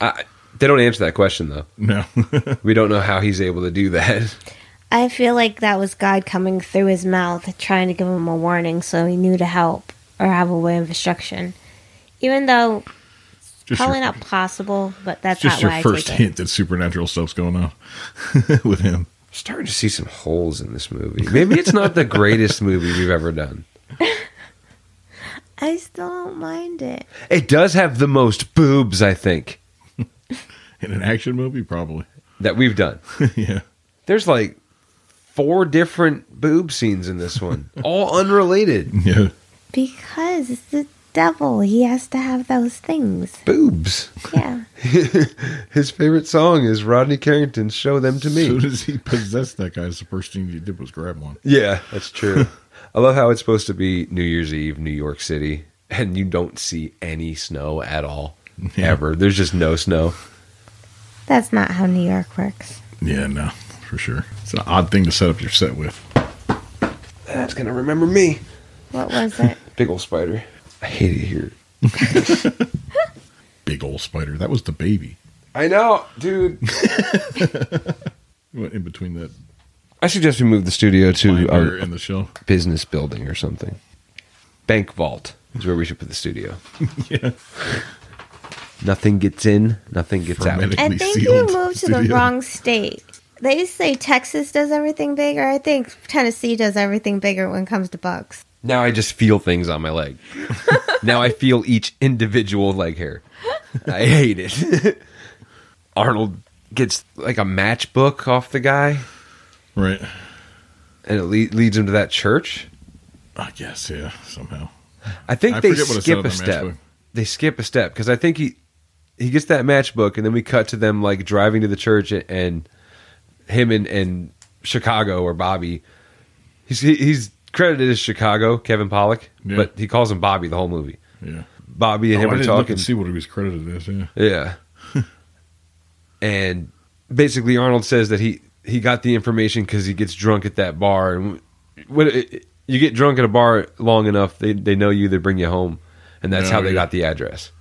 Speaker 3: I They don't answer that question though.
Speaker 2: No.
Speaker 3: We don't know how he's able to do that.
Speaker 1: I feel like that was God coming through his mouth, trying to give him a warning so he knew to help or have a way of instruction. Even though
Speaker 2: just
Speaker 1: probably
Speaker 2: your,
Speaker 1: not possible, but that's
Speaker 2: just
Speaker 1: not
Speaker 2: your
Speaker 1: why
Speaker 2: first
Speaker 1: I take it.
Speaker 2: hint that supernatural stuff's going on with him.
Speaker 3: starting to see some holes in this movie. Maybe it's not the greatest movie we've ever done.
Speaker 1: I still don't mind it.
Speaker 3: It does have the most boobs, I think,
Speaker 2: In an action movie, probably.
Speaker 3: that we've done.
Speaker 2: yeah.
Speaker 3: There's like four different boob scenes in this one, all unrelated.
Speaker 2: Yeah.
Speaker 1: Because it's the devil. He has to have those things.
Speaker 3: Boobs.
Speaker 1: Yeah.
Speaker 3: His favorite song is Rodney Carrington's Show Them to
Speaker 2: As soon
Speaker 3: Me.
Speaker 2: as he possessed that guy, the first thing he did was grab one.
Speaker 3: Yeah, that's true. I love how it's supposed to be New Year's Eve, New York City, and you don't see any snow at all.
Speaker 2: Yeah.
Speaker 3: Ever. There's just no snow.
Speaker 1: That's not how New York works.
Speaker 2: Yeah, no, for sure. It's an odd thing to set up your set with.
Speaker 3: That's going to remember me.
Speaker 1: What was it?
Speaker 3: Big old spider. I hate it here.
Speaker 2: Big old spider. That was the baby.
Speaker 3: I know, dude.
Speaker 2: What, In between that
Speaker 3: I suggest we move the studio to
Speaker 2: binder
Speaker 3: our
Speaker 2: and the shell.
Speaker 3: business building or something. Bank vault is where we should put the studio.
Speaker 2: Yeah.
Speaker 3: Nothing gets in, nothing gets
Speaker 2: Fermented.
Speaker 3: out.
Speaker 1: I
Speaker 2: We
Speaker 1: think you
Speaker 2: sealed
Speaker 1: moved to the
Speaker 2: studio.
Speaker 1: wrong state. They say Texas does everything bigger. I think Tennessee does everything bigger when it comes to bugs.
Speaker 3: Now I just feel things on my leg. now I feel each individual leg hair. I hate it. Arnold gets like a matchbook off the guy
Speaker 2: Right.
Speaker 3: and it le- leads him to that church.
Speaker 2: I guess, yeah, somehow.
Speaker 3: I think
Speaker 2: I
Speaker 3: they
Speaker 2: forget what it said
Speaker 3: skip
Speaker 2: on
Speaker 3: a
Speaker 2: that
Speaker 3: step.
Speaker 2: matchbook.
Speaker 3: They skip a step because I think he he gets that matchbook, and then we cut to them like driving to the church, and, and him and, and Chicago or Bobby. He's he- he's credited as Chicago, Kevin Pollock,
Speaker 2: Yeah.
Speaker 3: but he calls him Bobby the whole movie.
Speaker 2: Yeah.
Speaker 3: Bobby
Speaker 2: Oh,
Speaker 3: and
Speaker 2: I
Speaker 3: him are
Speaker 2: didn't look
Speaker 3: talking.
Speaker 2: and see what he was credited as, yeah.
Speaker 3: Yeah, and basically Arnold says that he he got the information because he gets drunk at that bar, and when it, you get drunk at a bar long enough, they they know you, they bring you home, and that's
Speaker 2: Yeah,
Speaker 3: how they
Speaker 2: yeah.
Speaker 3: got the address.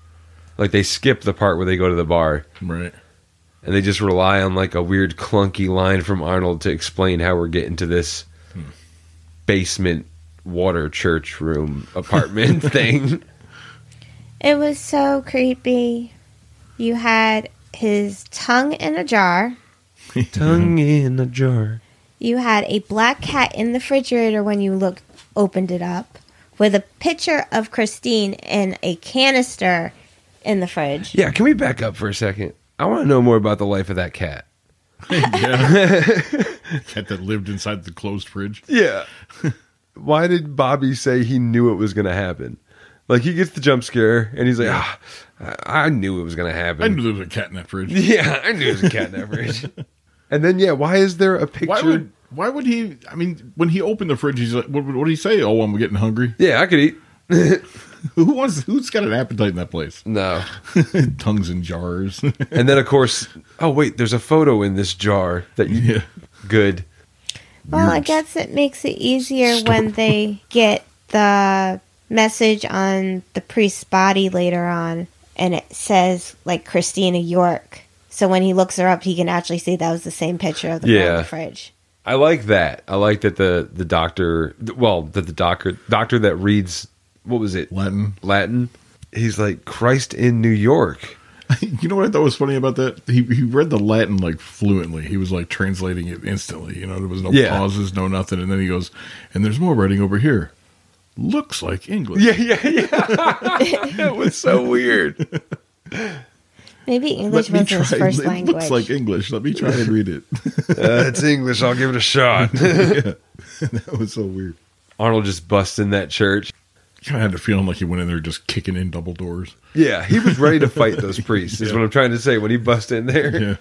Speaker 3: Like they skip the part where they go to the bar,
Speaker 2: Right.
Speaker 3: and they just rely on like a weird clunky line from Arnold to explain how we're getting to this basement water church room apartment thing.
Speaker 1: It was so creepy. You had his tongue in a jar.
Speaker 3: Tongue in a jar.
Speaker 1: You had a black cat in the refrigerator when you looked opened it up with a picture of Christine in a canister in the fridge.
Speaker 3: Yeah, can we back up for a second? I want to know more about the life of that cat.
Speaker 2: yeah. Cat that lived inside the closed fridge.
Speaker 3: Yeah. Why did Bobby say he knew it was going to happen? Like he gets the jump scare and he's like, ah, I I knew it was going to happen.
Speaker 2: I knew there was a cat in that fridge.
Speaker 3: Yeah, I knew it was a cat in that fridge. and then yeah, why is there a picture?
Speaker 2: Why would why would he I mean, when he opened the fridge, he's like what, what did he say? Oh, I'm getting hungry.
Speaker 3: yeah, I could eat.
Speaker 2: Who wants who's got an appetite in that place?
Speaker 3: No.
Speaker 2: Tongues in jars.
Speaker 3: And then of course, oh wait, there's a photo in this jar that you
Speaker 2: yeah.
Speaker 3: good.
Speaker 1: Well, I guess it makes it easier when they get the message on the priest's body later on and it says like Christina York. So when he looks her up, he can actually see that was the same picture of the girl in
Speaker 3: Yeah.
Speaker 1: the fridge.
Speaker 3: I like that. I like that the the doctor, well, that the doctor doctor that reads what was it
Speaker 2: Latin.
Speaker 3: Latin. He's like Christ in New York.
Speaker 2: You know what I thought was funny about that? He he read the Latin like fluently. He was like translating it instantly. You know, there was no
Speaker 3: Yeah.
Speaker 2: pauses, no nothing. And then he goes, and there's more writing over here. Looks like English.
Speaker 3: Yeah, yeah, yeah. that was so weird.
Speaker 1: Maybe English
Speaker 2: Let me
Speaker 1: wasn't
Speaker 2: try.
Speaker 1: his first
Speaker 2: it
Speaker 1: language.
Speaker 2: looks like English. Let me try and read it.
Speaker 3: Uh, it's English. I'll give it a shot.
Speaker 2: that was so weird.
Speaker 3: Arnold just busts in that church.
Speaker 2: Kind of had the feeling like he went in there just kicking in double doors.
Speaker 3: Yeah, he was ready to fight those priests. Is what I'm trying to say when he busts in there.
Speaker 2: Yeah,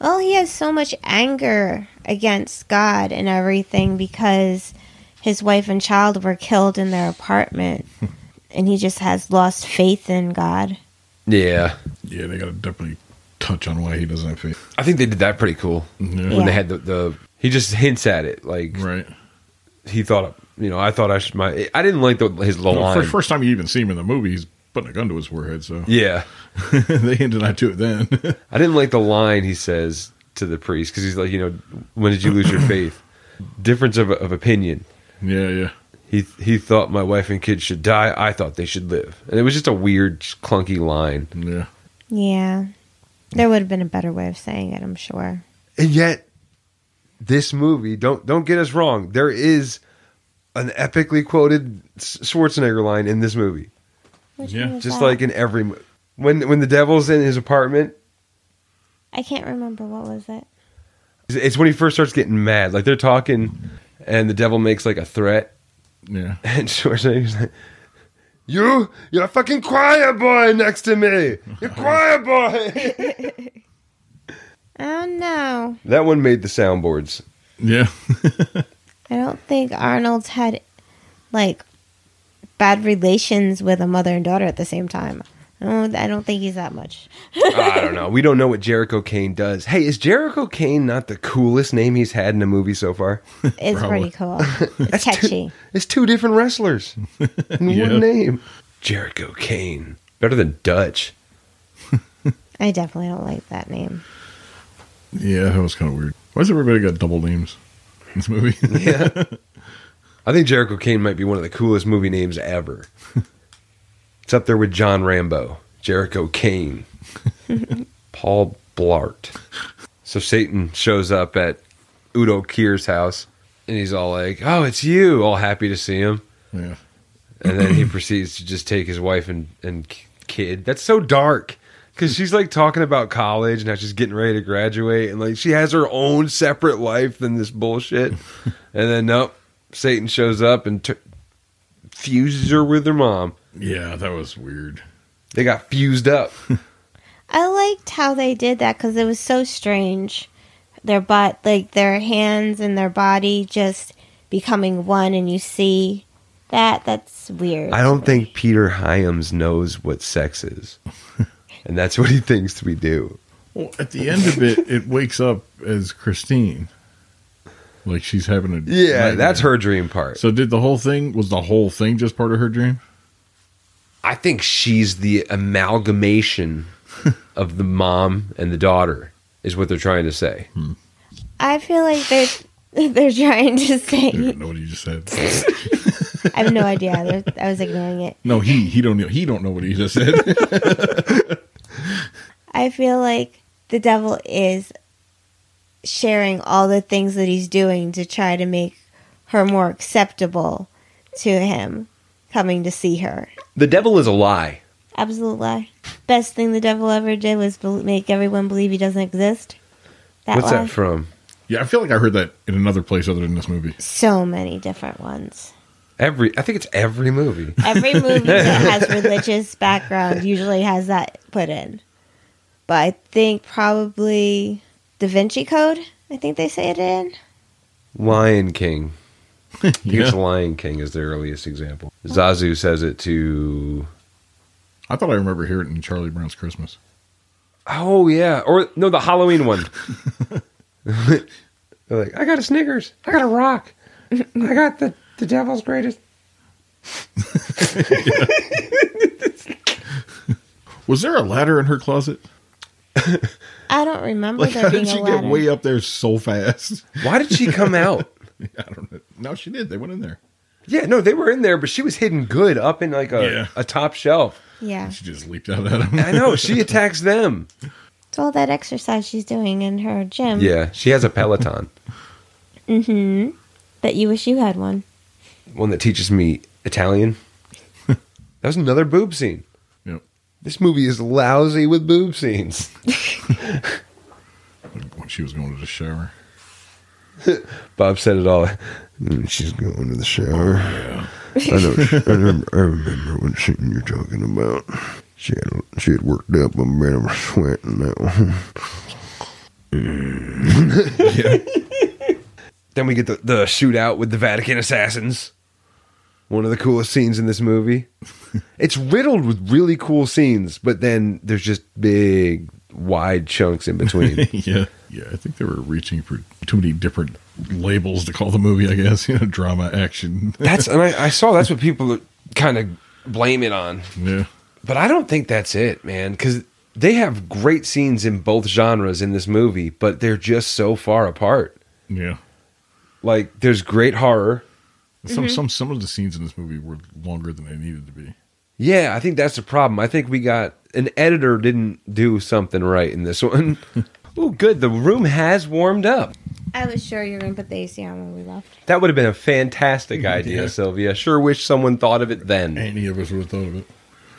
Speaker 1: Well, he has so much anger against God and everything because his wife and child were killed in their apartment.
Speaker 2: Hmm.
Speaker 1: and he just has lost faith in God.
Speaker 3: Yeah,
Speaker 2: yeah. They got to definitely touch on why he doesn't have faith.
Speaker 3: I think they did that pretty cool
Speaker 2: Yeah.
Speaker 3: when they had the, the. He just hints at it like
Speaker 2: Right.
Speaker 3: he thought. You know, I thought I should. My I didn't like the, his low
Speaker 2: Well,
Speaker 3: line.
Speaker 2: first, first time you even see him in the movie, he's putting a gun to his forehead, so
Speaker 3: Yeah.
Speaker 2: they ended not do it then.
Speaker 3: I didn't like the line he says to the priest because he's like, you know, when did you lose your faith? Difference of, of opinion.
Speaker 2: yeah, yeah.
Speaker 3: He he thought my wife and kids should die. I thought they should live, and it was just a weird, clunky line.
Speaker 2: Yeah.
Speaker 1: Yeah. There would have been a better way of saying it, I'm sure.
Speaker 3: And yet, this movie don't don't get us wrong. There is an epically quoted S- Schwarzenegger line in this movie,
Speaker 1: Which
Speaker 2: Yeah.
Speaker 1: one was
Speaker 3: just
Speaker 1: that?
Speaker 3: like in every mo- when when the devil's in his apartment.
Speaker 1: I can't remember what was it.
Speaker 3: It's when he first starts getting mad. Like they're talking, and the devil makes like a threat,
Speaker 2: Yeah.
Speaker 3: And Schwarzenegger's like, "You, you're a fucking choir boy next to me. You're choir boy."
Speaker 1: Oh no.
Speaker 3: that one made the soundboards.
Speaker 2: Yeah.
Speaker 1: I don't think Arnold's had like bad relations with a mother and daughter at the same time. I don't, I don't think he's that much.
Speaker 3: I don't know. We don't know what Jericho Kane does. Hey, is Jericho Kane not the coolest name he's had in a movie so far?
Speaker 1: It's pretty cool. It's catchy.
Speaker 3: It's two different wrestlers in
Speaker 2: Yeah.
Speaker 3: one name. Jericho Kane, better than Dutch.
Speaker 1: I definitely don't like that name.
Speaker 2: yeah, that was kind of weird. Why's everybody got double names in this movie?
Speaker 3: I think Jericho Kane might be one of the coolest movie names ever. it's up there with John Rambo, Jericho Kane, Paul Blart. So Satan shows up at Udo Kier's house and he's all like, Oh, it's you. All happy to see him.
Speaker 2: yeah.
Speaker 3: And then he proceeds to just take his wife and, and k- kid. That's so dark. Cause she's like talking about college and how she's getting ready to graduate, and like she has her own separate life than this bullshit. and then nope, Satan shows up and t- fuses her with her mom.
Speaker 2: Yeah, that was weird.
Speaker 3: They got fused up.
Speaker 1: I liked how they did that because it was so strange. Their butt, like their hands and their body just becoming one, and you see that. That's weird.
Speaker 3: I don't think Peter Hyams knows what sex is, and that's what he thinks we do.
Speaker 2: Well, at the end of it, it wakes up as Christine. Like she's having a
Speaker 3: Yeah,
Speaker 2: nightmare.
Speaker 3: that's her dream part.
Speaker 2: So did the whole thing was the whole thing just part of her dream?
Speaker 3: I think she's the amalgamation of the mom and the daughter is what they're trying to say.
Speaker 1: I feel like they're they're trying to
Speaker 2: I don't
Speaker 1: say.
Speaker 2: know what you just said.
Speaker 1: I have no idea. They're- I was ignoring it.
Speaker 2: No, he he don't know he don't know what he just said.
Speaker 1: I feel like the devil is sharing all the things that he's doing to try to make her more acceptable to him coming to see her.
Speaker 3: The devil is a lie.
Speaker 1: Absolute lie. Best thing the devil ever did was bel make everyone believe he doesn't exist. That
Speaker 3: What's
Speaker 1: lie.
Speaker 3: that from?
Speaker 2: yeah, I feel like I heard that in another place other than this movie.
Speaker 1: so many different ones.
Speaker 3: Every I think it's every movie.
Speaker 1: Every movie that has religious background usually has that put in. But I think probably Da Vinci Code. I think they say it in.
Speaker 3: Lion King. I think
Speaker 2: Yeah.
Speaker 3: it's Lion King is the earliest example. Zazu says it to
Speaker 2: I thought I remember hearing it in Charlie Brown's Christmas.
Speaker 3: Oh yeah, or no, the Halloween one. They're like, I got a Snickers, I got a rock, I got the the devil's greatest.
Speaker 2: Was there a ladder in her closet?
Speaker 1: I don't remember
Speaker 2: Like,
Speaker 1: there
Speaker 2: how
Speaker 1: being
Speaker 2: did
Speaker 1: a
Speaker 2: she get
Speaker 1: ladder.
Speaker 2: way up there so fast?
Speaker 3: Why did she come out?
Speaker 2: I don't know. No, she did. They went in there.
Speaker 3: Yeah, no, they were in there, but she was hidden good up in like a,
Speaker 2: Yeah.
Speaker 3: a top shelf.
Speaker 1: yeah,
Speaker 2: She just leaped out at him.
Speaker 3: I know she attacks them.
Speaker 1: it's all that exercise she's doing in her gym.
Speaker 3: Yeah, she has a Peloton,
Speaker 1: hmm That you wish you had one.
Speaker 3: one that teaches me Italian. That was another boob scene.
Speaker 2: Yep.
Speaker 3: This movie is lousy with boob scenes.
Speaker 2: When she was going to the shower.
Speaker 3: Bob said it all. Mm, She's going to the shower. I know. I remember, I remember what scene you're talking about. She had, she had worked up. I'm bet I'm sweating now.
Speaker 2: Yeah.
Speaker 3: then we get the, the shootout with the Vatican assassins. One of the coolest scenes in this movie. it's riddled with really cool scenes, but then there's just big, wide chunks in between.
Speaker 2: yeah. Yeah. I think they were reaching for too many different labels to call the movie, I guess. You know, drama, action.
Speaker 3: that's and I, I saw that's what people kind of blame it on
Speaker 2: yeah.
Speaker 3: But I don't think that's it, man, because they have great scenes in both genres in this movie, but they're just so far apart.
Speaker 2: Yeah.
Speaker 3: Like, there's great horror.
Speaker 2: Some
Speaker 3: Mm-hmm.
Speaker 2: some some of the scenes in this movie were longer than they needed to be.
Speaker 3: Yeah, I think that's the problem. I think we got an editor didn't do something right in this one. oh, good. The room has warmed up.
Speaker 1: I was sure you were going to put the AC on when we left.
Speaker 3: That would have been a fantastic idea,
Speaker 2: Yeah.
Speaker 3: Sylvia. Sure wish someone thought of it then.
Speaker 2: Any of us would have thought of it.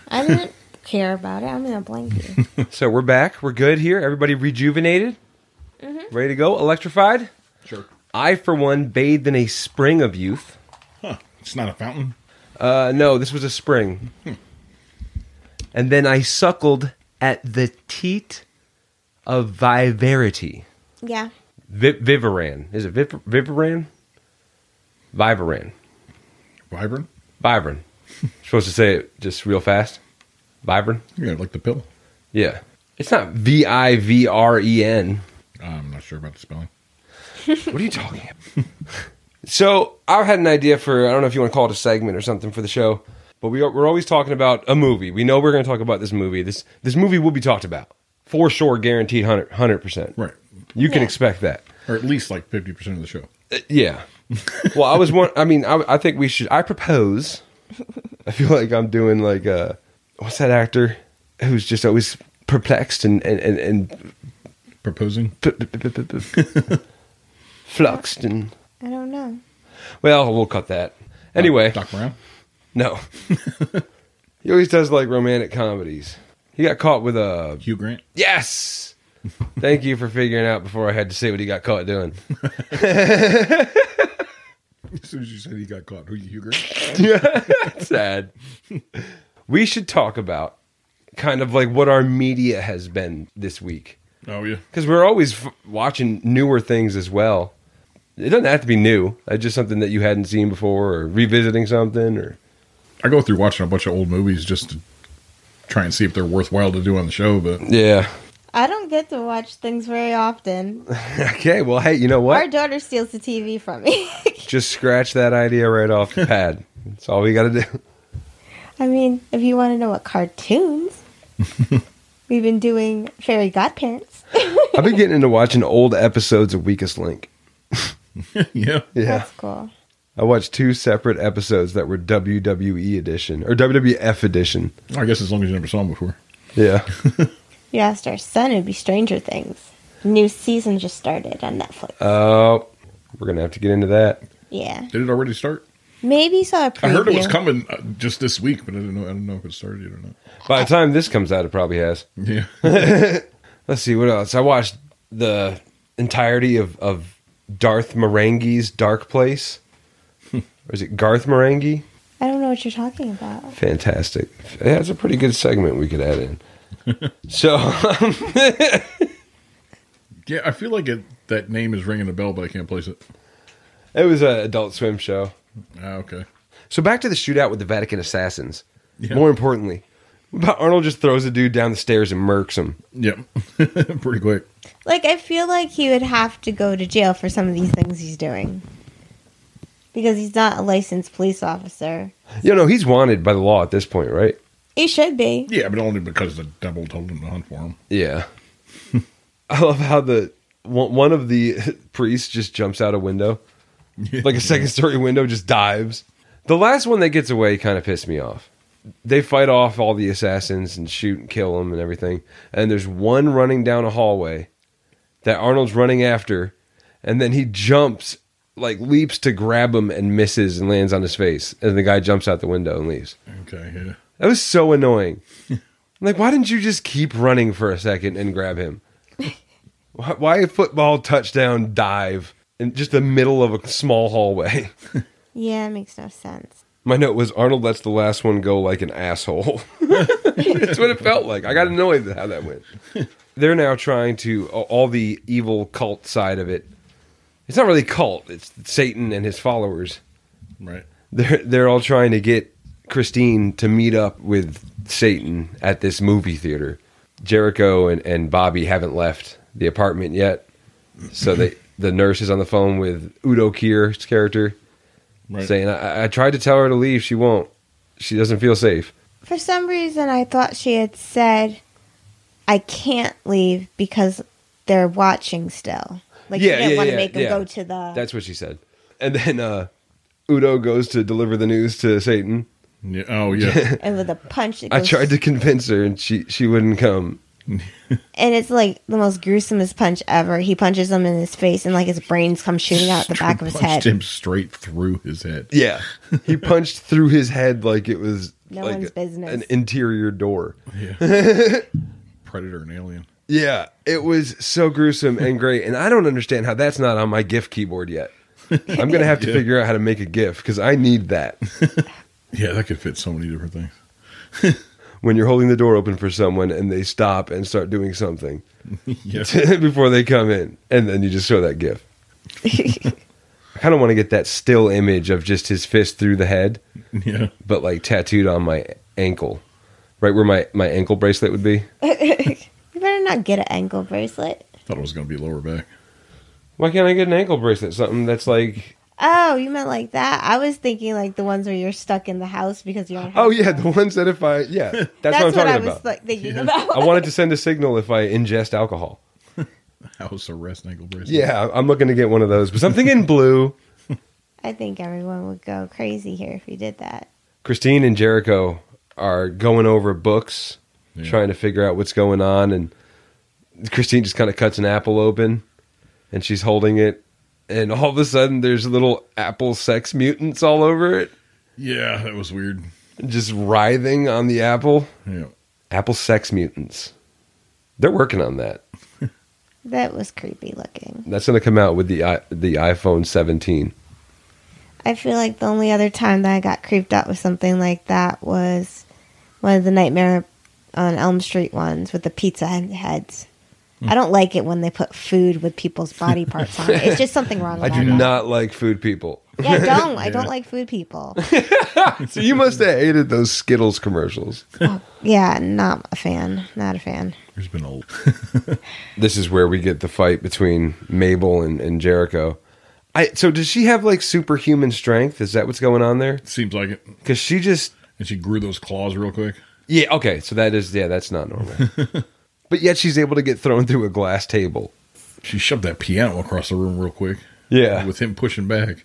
Speaker 1: I didn't care about it. I'm going to blank you.
Speaker 3: So we're back. We're good here. Everybody rejuvenated? Ready to go? Electrified?
Speaker 2: Sure.
Speaker 3: I, for one, bathed in a spring of youth.
Speaker 2: Huh. It's not a fountain.
Speaker 3: Uh, no, this was a spring. and then I suckled at the teat of viverity.
Speaker 1: Yeah.
Speaker 3: Vi- Vivaran. Is it Viv- Vivaran? Vivaran.
Speaker 2: Vibrant.
Speaker 3: Vivaran. Supposed to say it just real fast. Vivaran?
Speaker 2: Yeah, like the pill.
Speaker 3: Yeah. It's not V I V R E N.
Speaker 2: I'm not sure about the spelling.
Speaker 3: What are you talking about? so I had an idea for, I don't know if you want to call it a segment or something for the show, but we are, we're always talking about a movie. We know we're going to talk about this movie. This, this movie will be talked about for sure, guaranteed 100, 100%.
Speaker 2: Right.
Speaker 3: You can
Speaker 1: Yeah.
Speaker 3: expect that.
Speaker 2: Or at least like 50% of the show.
Speaker 3: Uh, yeah. well, I was one, I mean, I, I think we should, I propose, I feel like I'm doing like, uh, what's that actor who's just always perplexed and, and, and, and
Speaker 2: Proposing.
Speaker 3: p- p- p- p- p- fluxed and
Speaker 1: I don't know.
Speaker 3: Well, we'll cut that. Anyway,
Speaker 2: Doc Brown.
Speaker 3: no. he always does like romantic comedies. He got caught with a
Speaker 2: Hugh Grant.
Speaker 3: yes. Thank you for figuring out before I had to say what he got caught doing.
Speaker 2: As soon as you said he got caught, who you, Hugh Grant?
Speaker 3: Sad. we should talk about kind of like what our media has been this week
Speaker 2: Oh, yeah.
Speaker 3: because we're always f- watching newer things as well. It doesn't have to be new. It's just something that you hadn't seen before, or revisiting something, or
Speaker 2: I go through watching a bunch of old movies just to try and see if they're worthwhile to do on the show, but
Speaker 3: yeah.
Speaker 1: I don't get to watch things very often.
Speaker 3: Okay. Well, hey, you know what?
Speaker 1: Our daughter steals the TV from me.
Speaker 3: Just scratch that idea right off the pad. That's all we got to do.
Speaker 1: I mean, if you want to know what cartoons, we've been doing Fairy Godparents.
Speaker 3: I've been getting into watching old episodes of Weakest Link.
Speaker 2: yeah.
Speaker 1: That's cool.
Speaker 3: I watched two separate episodes that were WWE edition or WWF edition.
Speaker 2: I guess as long as you never saw him before.
Speaker 3: Yeah.
Speaker 1: You asked our son, it'd be Stranger Things. New season just started on Netflix.
Speaker 3: Uh, we're going to have to get into that.
Speaker 1: yeah.
Speaker 2: Did it already start?
Speaker 1: Maybe saw a preview.
Speaker 2: I heard it was coming uh, just this week, but I didn't know. I don't know if it started yet or not.
Speaker 3: By the time this comes out, it probably has.
Speaker 2: Yeah,
Speaker 3: Let's see what else. I watched the entirety of, of Darth Marenghi's Dark Place. or is it Garth Marenghi?
Speaker 1: I don't know what you're talking about.
Speaker 3: Fantastic. Yeah, it's a pretty good segment we could add in. so.
Speaker 2: yeah. I feel like it, that name is ringing a bell, but I can't place it.
Speaker 3: It was an Adult Swim show.
Speaker 2: Ah, okay.
Speaker 3: So back to the shootout with the Vatican assassins.
Speaker 2: Yeah.
Speaker 3: More importantly, about Arnold just throws a dude down the stairs and murks him.
Speaker 2: Yep. Pretty quick.
Speaker 1: Like, I feel like he would have to go to jail for some of these things he's doing. Because he's not a licensed police officer.
Speaker 3: You know, he's wanted by the law at this point, right?
Speaker 1: He should be.
Speaker 2: Yeah, but only because the devil told him to hunt for him.
Speaker 3: Yeah. I love how the one one of the priests just jumps out a window, like a second story window, just dives. The last one that gets away kind of pissed me off. They fight off all the assassins and shoot and kill them and everything. And there's one running down a hallway that Arnold's running after, and then he jumps, like leaps to grab him and misses and lands on his face. And the guy jumps out the window and leaves.
Speaker 2: Okay. Yeah.
Speaker 3: That was so annoying. like, why didn't you just keep running for a second and grab him? Why, why a football touchdown dive in just the middle of a small hallway?
Speaker 1: Yeah, it makes no sense.
Speaker 3: My note was Arnold lets the last one go like an asshole. That's what it felt like. I got annoyed at how that went. They're now trying to a- all the evil cult side of it. It's not really cult. It's Satan and his followers.
Speaker 2: Right.
Speaker 3: They're they're all trying to get Christine to meet up with Satan at this movie theater. Jericho and, and Bobby haven't left the apartment yet. So they the nurse is on the phone with Udo Kier's character
Speaker 2: Right.
Speaker 3: saying, I, I tried to tell her to leave. She won't. She doesn't feel safe.
Speaker 1: For some reason, I thought she had said, "I can't leave because they're watching still." Like she
Speaker 3: Yeah,
Speaker 1: didn't
Speaker 3: yeah,
Speaker 1: want to
Speaker 3: yeah,
Speaker 1: make him
Speaker 3: yeah.
Speaker 1: go to the.
Speaker 3: That's what she said. And then uh, Udo goes to deliver the news to Satan.
Speaker 2: Yeah, oh yeah.
Speaker 1: and with a punch, that
Speaker 3: I
Speaker 1: goes-
Speaker 3: tried to convince her, and she she wouldn't come.
Speaker 1: and it's like the most gruesomest punch ever. He punches him in his face, and like his brains come shooting out the back of his
Speaker 2: Punched
Speaker 1: head.
Speaker 2: him straight through his head.
Speaker 3: Yeah, he punched through his head like it was
Speaker 1: No
Speaker 3: like
Speaker 1: one's business.
Speaker 3: an interior door.
Speaker 2: Predator and alien.
Speaker 3: Yeah, it was so gruesome and great, and I don't understand how that's not on my GIF keyboard yet. I'm gonna have to
Speaker 2: Yeah.
Speaker 3: figure out how to make a GIF because I need that
Speaker 2: Yeah, that could fit so many different things.
Speaker 3: when you're holding the door open for someone and they stop and start doing something
Speaker 2: Yeah.
Speaker 3: before they come in, and then you just show that GIF. I kind of want to get that still image of just his fist through the head,
Speaker 2: yeah.
Speaker 3: but like tattooed on my ankle, right where my my ankle bracelet would be.
Speaker 1: You better not get an ankle bracelet.
Speaker 2: Thought it was gonna be lower back.
Speaker 3: Why can't I get an ankle bracelet? Something that's like,
Speaker 1: Oh, you meant like that? I was thinking like the ones where you're stuck in the house because you don't. Have
Speaker 3: oh yeah, the ones that if I yeah, that's,
Speaker 1: that's,
Speaker 3: what I'm
Speaker 1: what,
Speaker 3: talking
Speaker 1: I was
Speaker 3: about.
Speaker 1: like thinking about.
Speaker 3: I wanted to send a signal if I ingest alcohol.
Speaker 2: House arrest ankle bracelet.
Speaker 3: Yeah, I'm looking to get one of those, but something in blue.
Speaker 1: I think everyone would go crazy here if you did that.
Speaker 3: Christine and Jericho are going over books,
Speaker 2: Yeah.
Speaker 3: trying to figure out what's going on, and Christine just kind of cuts an apple open, and she's holding it, and all of a sudden there's little apple sex mutants all over it,
Speaker 2: Yeah, that was weird.
Speaker 3: just writhing on the apple.
Speaker 2: Yeah.
Speaker 3: Apple sex mutants. They're working on that.
Speaker 1: That was creepy looking.
Speaker 3: That's going to come out with the i- the iPhone 17.
Speaker 1: I feel like the only other time that I got creeped out with something like that was one of the Nightmare on Elm Street ones with the pizza he- heads.
Speaker 3: Hmm.
Speaker 1: I don't like it when they put food with people's body parts on it. It's just something wrong.
Speaker 3: I
Speaker 1: about
Speaker 3: do
Speaker 1: it.
Speaker 3: not like food people.
Speaker 1: Yeah, I don't. I don't like food people.
Speaker 3: So you must have hated those Skittles commercials.
Speaker 1: Yeah, not a fan. Not a fan.
Speaker 2: There's been a
Speaker 3: this is where we get the fight between Mabel and, and Jericho. I so does she have like superhuman strength? Is that what's going on there?
Speaker 2: seems like it.
Speaker 3: Because she just
Speaker 2: And she grew those claws real quick.
Speaker 3: yeah okay. So that is yeah that's not normal. but yet she's able to get thrown through a glass table.
Speaker 2: She shoved that piano across the room real quick.
Speaker 3: Yeah,
Speaker 2: With him pushing back.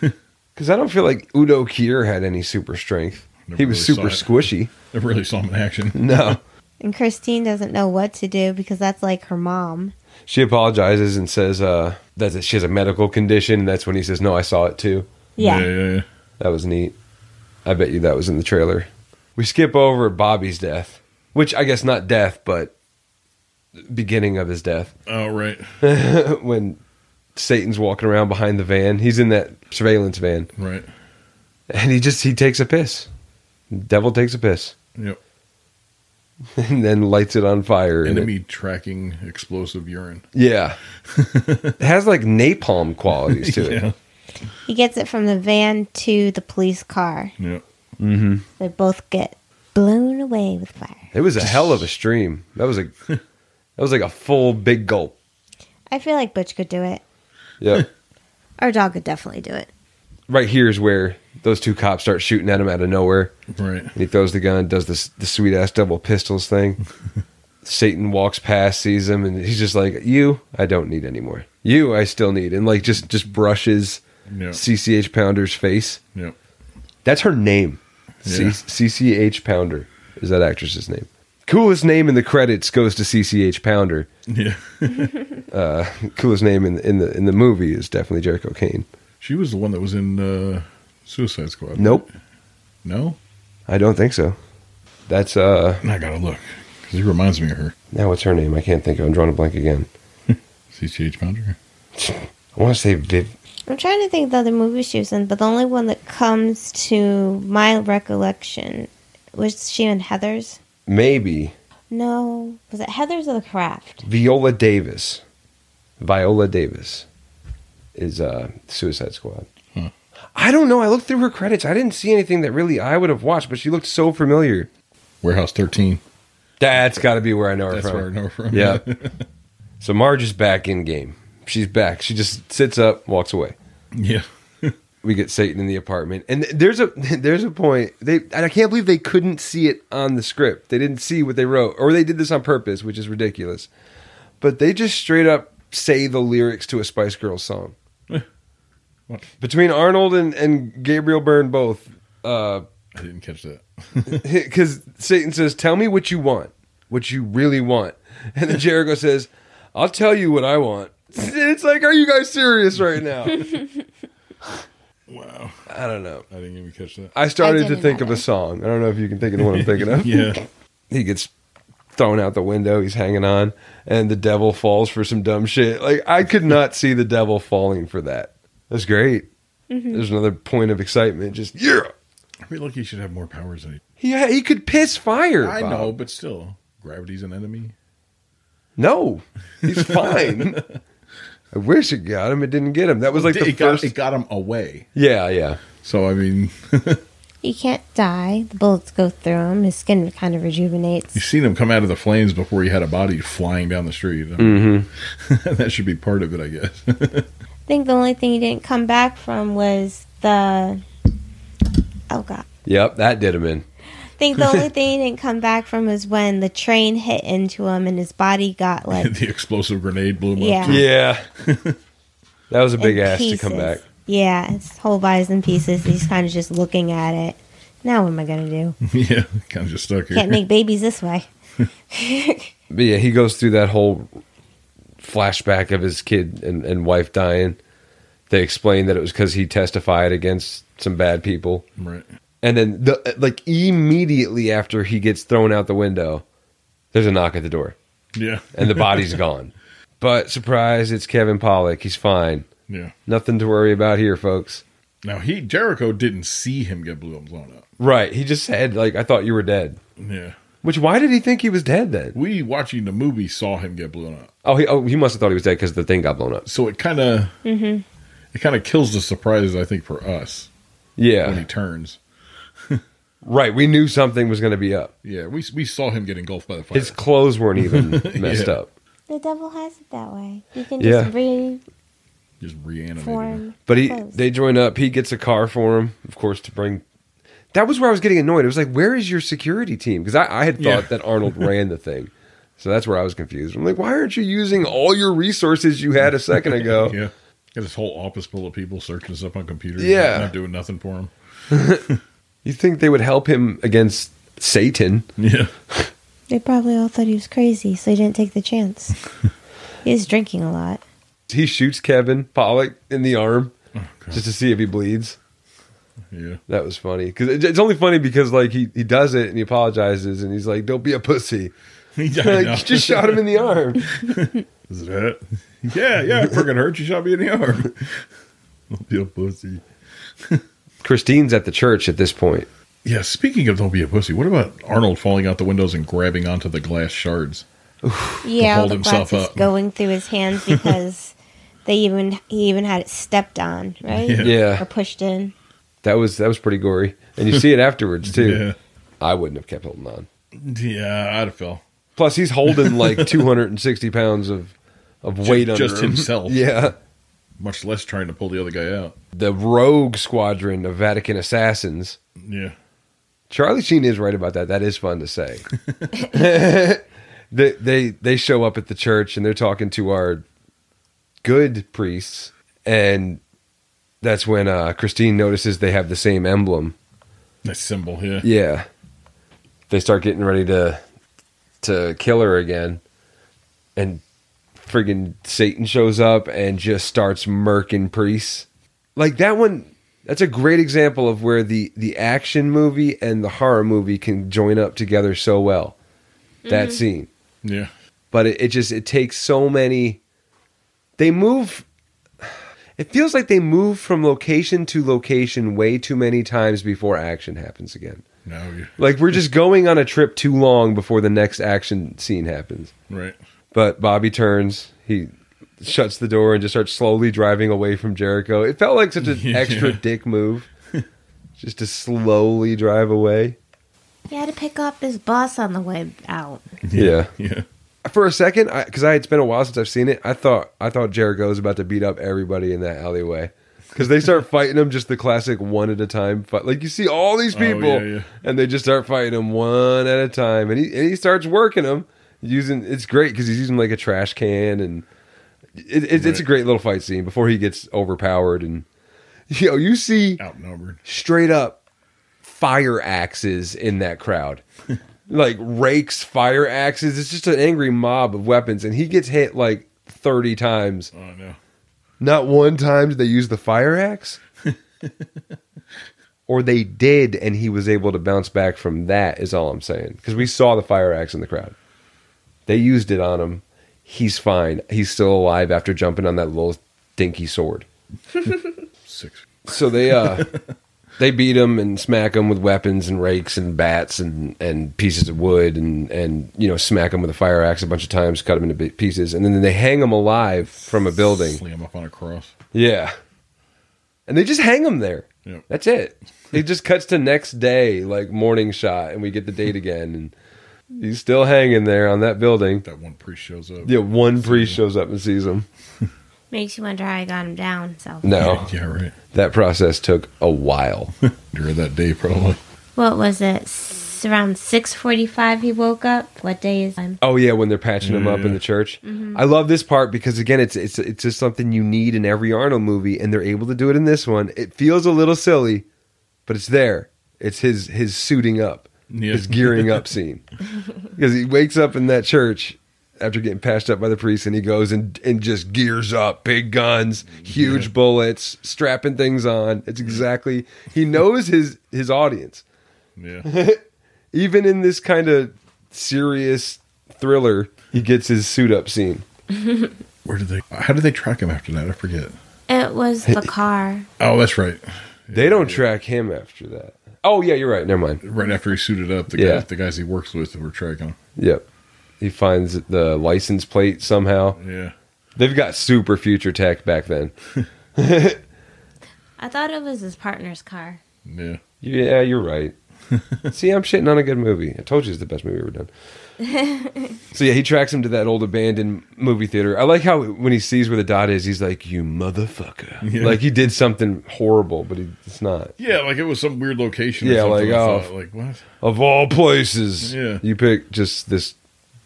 Speaker 3: because I don't feel like Udo Kier had any super strength.
Speaker 2: Never
Speaker 3: he was super
Speaker 2: really saw
Speaker 3: squishy.
Speaker 2: Never really saw him in action.
Speaker 3: No,
Speaker 1: And Christine doesn't know what to do because that's like her mom.
Speaker 3: she apologizes and says uh, that that she has a medical condition. And that's when he says, "No, I saw it too."
Speaker 1: Yeah.
Speaker 2: Yeah, yeah, yeah.
Speaker 3: That was neat. I bet you that was in the trailer. We skip over Bobby's death, which I guess not death, but beginning of his death
Speaker 2: Oh, right.
Speaker 3: when Satan's walking around behind the van. He's in that surveillance van
Speaker 2: Right.
Speaker 3: and he just he takes a piss. Devil takes a piss
Speaker 2: Yep.
Speaker 3: and then lights it on fire. and it-
Speaker 2: Enemy tracking explosive urine.
Speaker 3: yeah. it has like napalm qualities to it.
Speaker 2: Yeah.
Speaker 1: He gets it from the van to the police car.
Speaker 2: Yep.
Speaker 1: They both get blown away with fire.
Speaker 3: It was a hell of a stream. That was a that was like a full big gulp.
Speaker 1: I feel like Butch could do it.
Speaker 3: Yep.
Speaker 1: Our dog could definitely do it.
Speaker 3: right here is where those two cops start shooting at him out of nowhere.
Speaker 2: Right.
Speaker 3: And he throws the gun, does this the sweet ass double pistols thing. Satan walks past, sees him, and he's just like, "You, I don't need anymore. You, I still need." And like just just brushes
Speaker 2: Yeah.
Speaker 3: CCH Pounder's face.
Speaker 2: Yep.
Speaker 3: That's her name.
Speaker 2: Yeah.
Speaker 3: C- CCH Pounder is that actress's name. Coolest name in the credits goes to CCH Pounder.
Speaker 2: Yeah.
Speaker 3: Coolest name in in the in the movie is definitely Jericho Kane.
Speaker 2: She was the one that was in uh, Suicide Squad.
Speaker 3: Nope,
Speaker 2: No?
Speaker 3: I don't think so. That's uh
Speaker 2: I gotta look. Because he reminds me of her.
Speaker 3: Now what's her name? I can't think of. it. I'm drawing a blank again.
Speaker 2: CCH Pounder.
Speaker 3: I want to say Viv.
Speaker 1: I'm trying to think of the other movie she was in, but the only one that comes to my recollection was she in Heather's?
Speaker 3: Maybe
Speaker 1: No. Was it Heather's or The Craft?
Speaker 3: Viola Davis. Viola Davis is uh, Suicide Squad.
Speaker 2: Huh.
Speaker 3: I don't know. I looked through her credits. I didn't see anything that really I would have watched, but she looked so familiar.
Speaker 2: Warehouse 13.
Speaker 3: That's got to be where I know her
Speaker 2: That's
Speaker 3: from.
Speaker 2: where I know her from.
Speaker 3: Yeah. so Marge is back in game. She's back. She just sits up, walks away.
Speaker 2: yeah.
Speaker 3: we get Satan in the apartment, and th- there's a there's a point they and I can't believe they couldn't see it on the script. They didn't see what they wrote, or they did this on purpose, which is ridiculous. But they just straight up say the lyrics to a Spice Girls song.
Speaker 2: What?
Speaker 3: Between Arnold and, and Gabriel Byrne both, because
Speaker 2: I didn't catch that.
Speaker 3: Satan says, "Tell me what you want, what you really want," and then Jericho says, "I'll tell you what I want." It's like, are you guys serious right now?
Speaker 2: Wow.
Speaker 3: I don't know.
Speaker 2: I didn't even catch that.
Speaker 3: I started to
Speaker 1: didn't
Speaker 3: think of
Speaker 1: either.
Speaker 3: a song. I don't know if you can think of the one I'm thinking of.
Speaker 2: Yeah.
Speaker 3: He gets thrown out the window. He's hanging on, and the devil falls for some dumb shit. Like I could not see the devil falling for that. That's great.
Speaker 1: Mm-hmm.
Speaker 3: There's another point of excitement. Just yeah,
Speaker 2: I feel like he should have more powers than he
Speaker 3: yeah. He could piss fire.
Speaker 2: I
Speaker 3: Bob.
Speaker 2: know, but still, gravity's an enemy.
Speaker 3: No, he's fine. I wish it got him. It didn't get him. That was like the
Speaker 2: it,
Speaker 3: first.
Speaker 2: got, it got him away.
Speaker 3: yeah, yeah.
Speaker 2: So I mean,
Speaker 1: He can't die. The bullets go through him. His skin kind of rejuvenates.
Speaker 2: you've seen him come out of the flames before he had a body flying down the street. I mean,
Speaker 3: Mm-hmm.
Speaker 2: that should be part of it, I guess.
Speaker 1: I think the only thing he didn't come back from was the. Oh god.
Speaker 3: Yep, that did him in.
Speaker 1: I think the only thing he didn't come back from was when the train hit into him and his body got like
Speaker 2: the explosive grenade blew him
Speaker 1: Yeah.
Speaker 2: up. too.
Speaker 3: Yeah, that was a big
Speaker 1: in
Speaker 3: ass to come
Speaker 1: pieces.
Speaker 3: back.
Speaker 1: Yeah, his whole body's in pieces. He's kind of just looking at it. Now what am I gonna do?
Speaker 2: yeah, kind of just stuck here.
Speaker 1: Can't make babies this way.
Speaker 3: But yeah, he goes through that whole flashback of his kid and, and wife dying. They explain that it was because he testified against some bad people.
Speaker 2: right.
Speaker 3: And then, the, like, immediately after he gets thrown out the window, there's a knock at the door
Speaker 2: Yeah.
Speaker 3: and the body's gone. But surprise, it's Kevin Pollock. He's fine.
Speaker 2: Yeah.
Speaker 3: Nothing to worry about here, folks.
Speaker 2: Now he Jericho didn't see him get blew blown up.
Speaker 3: Right. He just said, like, I thought you were dead.
Speaker 2: Yeah.
Speaker 3: Which, why did he think he was dead then?
Speaker 2: We watching the movie saw him get blown up.
Speaker 3: Oh, he, oh, he must have thought he was dead because the thing got blown up.
Speaker 2: So it kind of it kind of kills the surprise I think for us when he
Speaker 3: Yeah.
Speaker 2: turns.
Speaker 3: Right. We knew something was going to be up.
Speaker 2: Yeah, we we saw him get engulfed by the fire.
Speaker 3: His clothes weren't even messed
Speaker 2: Yeah.
Speaker 3: up.
Speaker 1: The devil has it that way. You can
Speaker 3: Yeah.
Speaker 1: just reform.
Speaker 2: Just reanimated. him.
Speaker 3: But he,
Speaker 1: clothes.
Speaker 3: they join up. He gets a car for him, of course, to bring. That was where I was getting annoyed. It was like, where is your security team? Because I, I had thought
Speaker 2: Yeah.
Speaker 3: that Arnold ran the thing. So that's where I was confused. I'm like, why aren't you using all your resources you had a second ago?
Speaker 2: Yeah. Got his whole office full of people searching us up on computers.
Speaker 3: Yeah.
Speaker 2: Not doing nothing for him.
Speaker 3: You think they would help him against Satan?
Speaker 2: Yeah.
Speaker 1: They probably all thought he was crazy, so he didn't take the chance. he was drinking a lot.
Speaker 3: He shoots Kevin Pollock in the arm
Speaker 2: Oh,
Speaker 3: just to see if he bleeds.
Speaker 2: Yeah.
Speaker 3: That was funny because it's only funny because like he, he does it and he apologizes and he's like, "Don't be a pussy."
Speaker 2: He's
Speaker 3: Like, you just shot him in the arm.
Speaker 2: Is it that? Yeah, yeah, it freaking hurt. You shot me in the arm. Don't be a pussy.
Speaker 3: Christine's at the church at this point.
Speaker 2: Yeah, speaking of don't be a pussy, what about Arnold falling out the windows and grabbing onto the glass shards?
Speaker 1: Yeah, all
Speaker 2: hold
Speaker 1: the
Speaker 2: himself
Speaker 1: glasses
Speaker 2: up.
Speaker 1: going through his hands because they even he even had it stepped on, right?
Speaker 2: Yeah.
Speaker 3: Yeah.
Speaker 1: Or pushed in.
Speaker 3: That was that was pretty gory, and you see it afterwards too.
Speaker 2: Yeah.
Speaker 3: I wouldn't have kept holding on.
Speaker 2: Yeah, I'd have fell.
Speaker 3: Plus, he's holding like 260 pounds of of weight under
Speaker 2: just
Speaker 3: him.
Speaker 2: himself.
Speaker 3: Yeah,
Speaker 2: Much less trying to pull the other guy out.
Speaker 3: the rogue squadron of Vatican assassins.
Speaker 2: Yeah.
Speaker 3: Charlie Sheen is right about that. That is fun to say. they, they they show up at the church and they're talking to our good priests, and that's when uh, Christine notices they have the same emblem.
Speaker 2: That symbol, yeah.
Speaker 3: Yeah. They start getting ready to to kill her again. And friggin' Satan shows up and just starts murking priests. Like that one that's a great example of where the the action movie and the horror movie can join up together so well. That scene.
Speaker 2: Yeah.
Speaker 3: But it, it just it takes so many they move it feels like they move from location to location way too many times before action happens again.
Speaker 2: No, you
Speaker 3: Like we're just going on a trip too long before the next action scene happens.
Speaker 2: right.
Speaker 3: But Bobby turns, he shuts the door and just starts slowly driving away from Jericho. It felt like such an
Speaker 2: Yeah.
Speaker 3: extra dick move. just to slowly drive away.
Speaker 1: He had to pick up his boss on the way out.
Speaker 3: Yeah.
Speaker 2: Yeah.
Speaker 3: For a second, because I, had spent a while since I've seen it, I thought I thought Jericho was about to beat up everybody in that alleyway. because they start fighting them just the classic one at a time fight. Like you see all these
Speaker 2: Oh,
Speaker 3: people,
Speaker 2: yeah, yeah.
Speaker 3: and they just start fighting them one at a time, and he and he starts working them using. It's great because he's using like a trash can, and it, it, it's a
Speaker 2: Right.
Speaker 3: great little fight scene before he gets overpowered. And you know, you see
Speaker 2: Outnumbered.
Speaker 3: straight up fire axes in that crowd. like rakes, fire axes. It's just an angry mob of weapons, and he gets hit like 30 times.
Speaker 2: Oh no.
Speaker 3: Not one time did they use the fire axe. or they did, and he was able to bounce back from that, is all I'm saying. Because we saw the fire axe in the crowd. They used it on him. He's fine. He's still alive after jumping on that little dinky sword
Speaker 2: Six.
Speaker 3: so they uh they beat him and smack him with weapons and rakes and bats and and pieces of wood and and you know smack him with a fire axe a bunch of times cut him into bit- pieces and then they hang him alive from a building
Speaker 2: Sling him up on a cross.
Speaker 3: yeah and they just hang him there
Speaker 2: Yep.
Speaker 3: that's it it just cuts to next day like morning shot and we get the date again and he's still hanging there on that building
Speaker 2: That one priest shows up.
Speaker 3: yeah one priest shows up and sees him
Speaker 1: Makes you wonder how I got him down. So,
Speaker 3: no
Speaker 2: Yeah, right.
Speaker 3: that process took a while
Speaker 2: During that day, probably.
Speaker 1: what was it? S- around six forty-five, he woke up. What day is time?
Speaker 3: Oh yeah, when they're patching him up
Speaker 2: Yeah.
Speaker 3: in the church. I love this part because again, it's it's it's just something you need in every Arnold movie, and they're able to do it in this one. It feels a little silly, but it's there. It's his his suiting up,
Speaker 2: Yeah.
Speaker 3: his gearing up scene, because he wakes up in that church after getting patched up by the priest, and he goes and and just gears up, big guns, huge
Speaker 2: Yeah.
Speaker 3: bullets, strapping things on. It's exactly he knows his his audience
Speaker 2: Yeah.
Speaker 3: even in this kind of serious thriller, he gets his suit up scene.
Speaker 2: Where did they? How did they track him after that? I forget.
Speaker 1: It was the car.
Speaker 2: Oh, that's right.
Speaker 3: They don't track him after that. Oh yeah, you're right. Never mind.
Speaker 2: Right after he suited up, the
Speaker 3: Yeah.
Speaker 2: guys, the guys he works with were tracking him.
Speaker 3: Yep. He finds the license plate somehow.
Speaker 2: Yeah.
Speaker 3: They've got super future tech back then.
Speaker 1: I thought it was his partner's car.
Speaker 2: Yeah.
Speaker 3: Yeah, you're right. See, I'm shitting on a good movie. I told you it's the best movie we've ever done. so yeah, he tracks him to that old abandoned movie theater. I like how when he sees where the dot is, he's like, "You motherfucker!"
Speaker 2: Yeah.
Speaker 3: Like he did something horrible, but he, it's not.
Speaker 2: Yeah, like it was some weird location.
Speaker 3: Yeah,
Speaker 2: or something.
Speaker 3: like,
Speaker 2: I
Speaker 3: oh.
Speaker 2: thought, like what?
Speaker 3: of all places.
Speaker 2: Yeah.
Speaker 3: You pick just this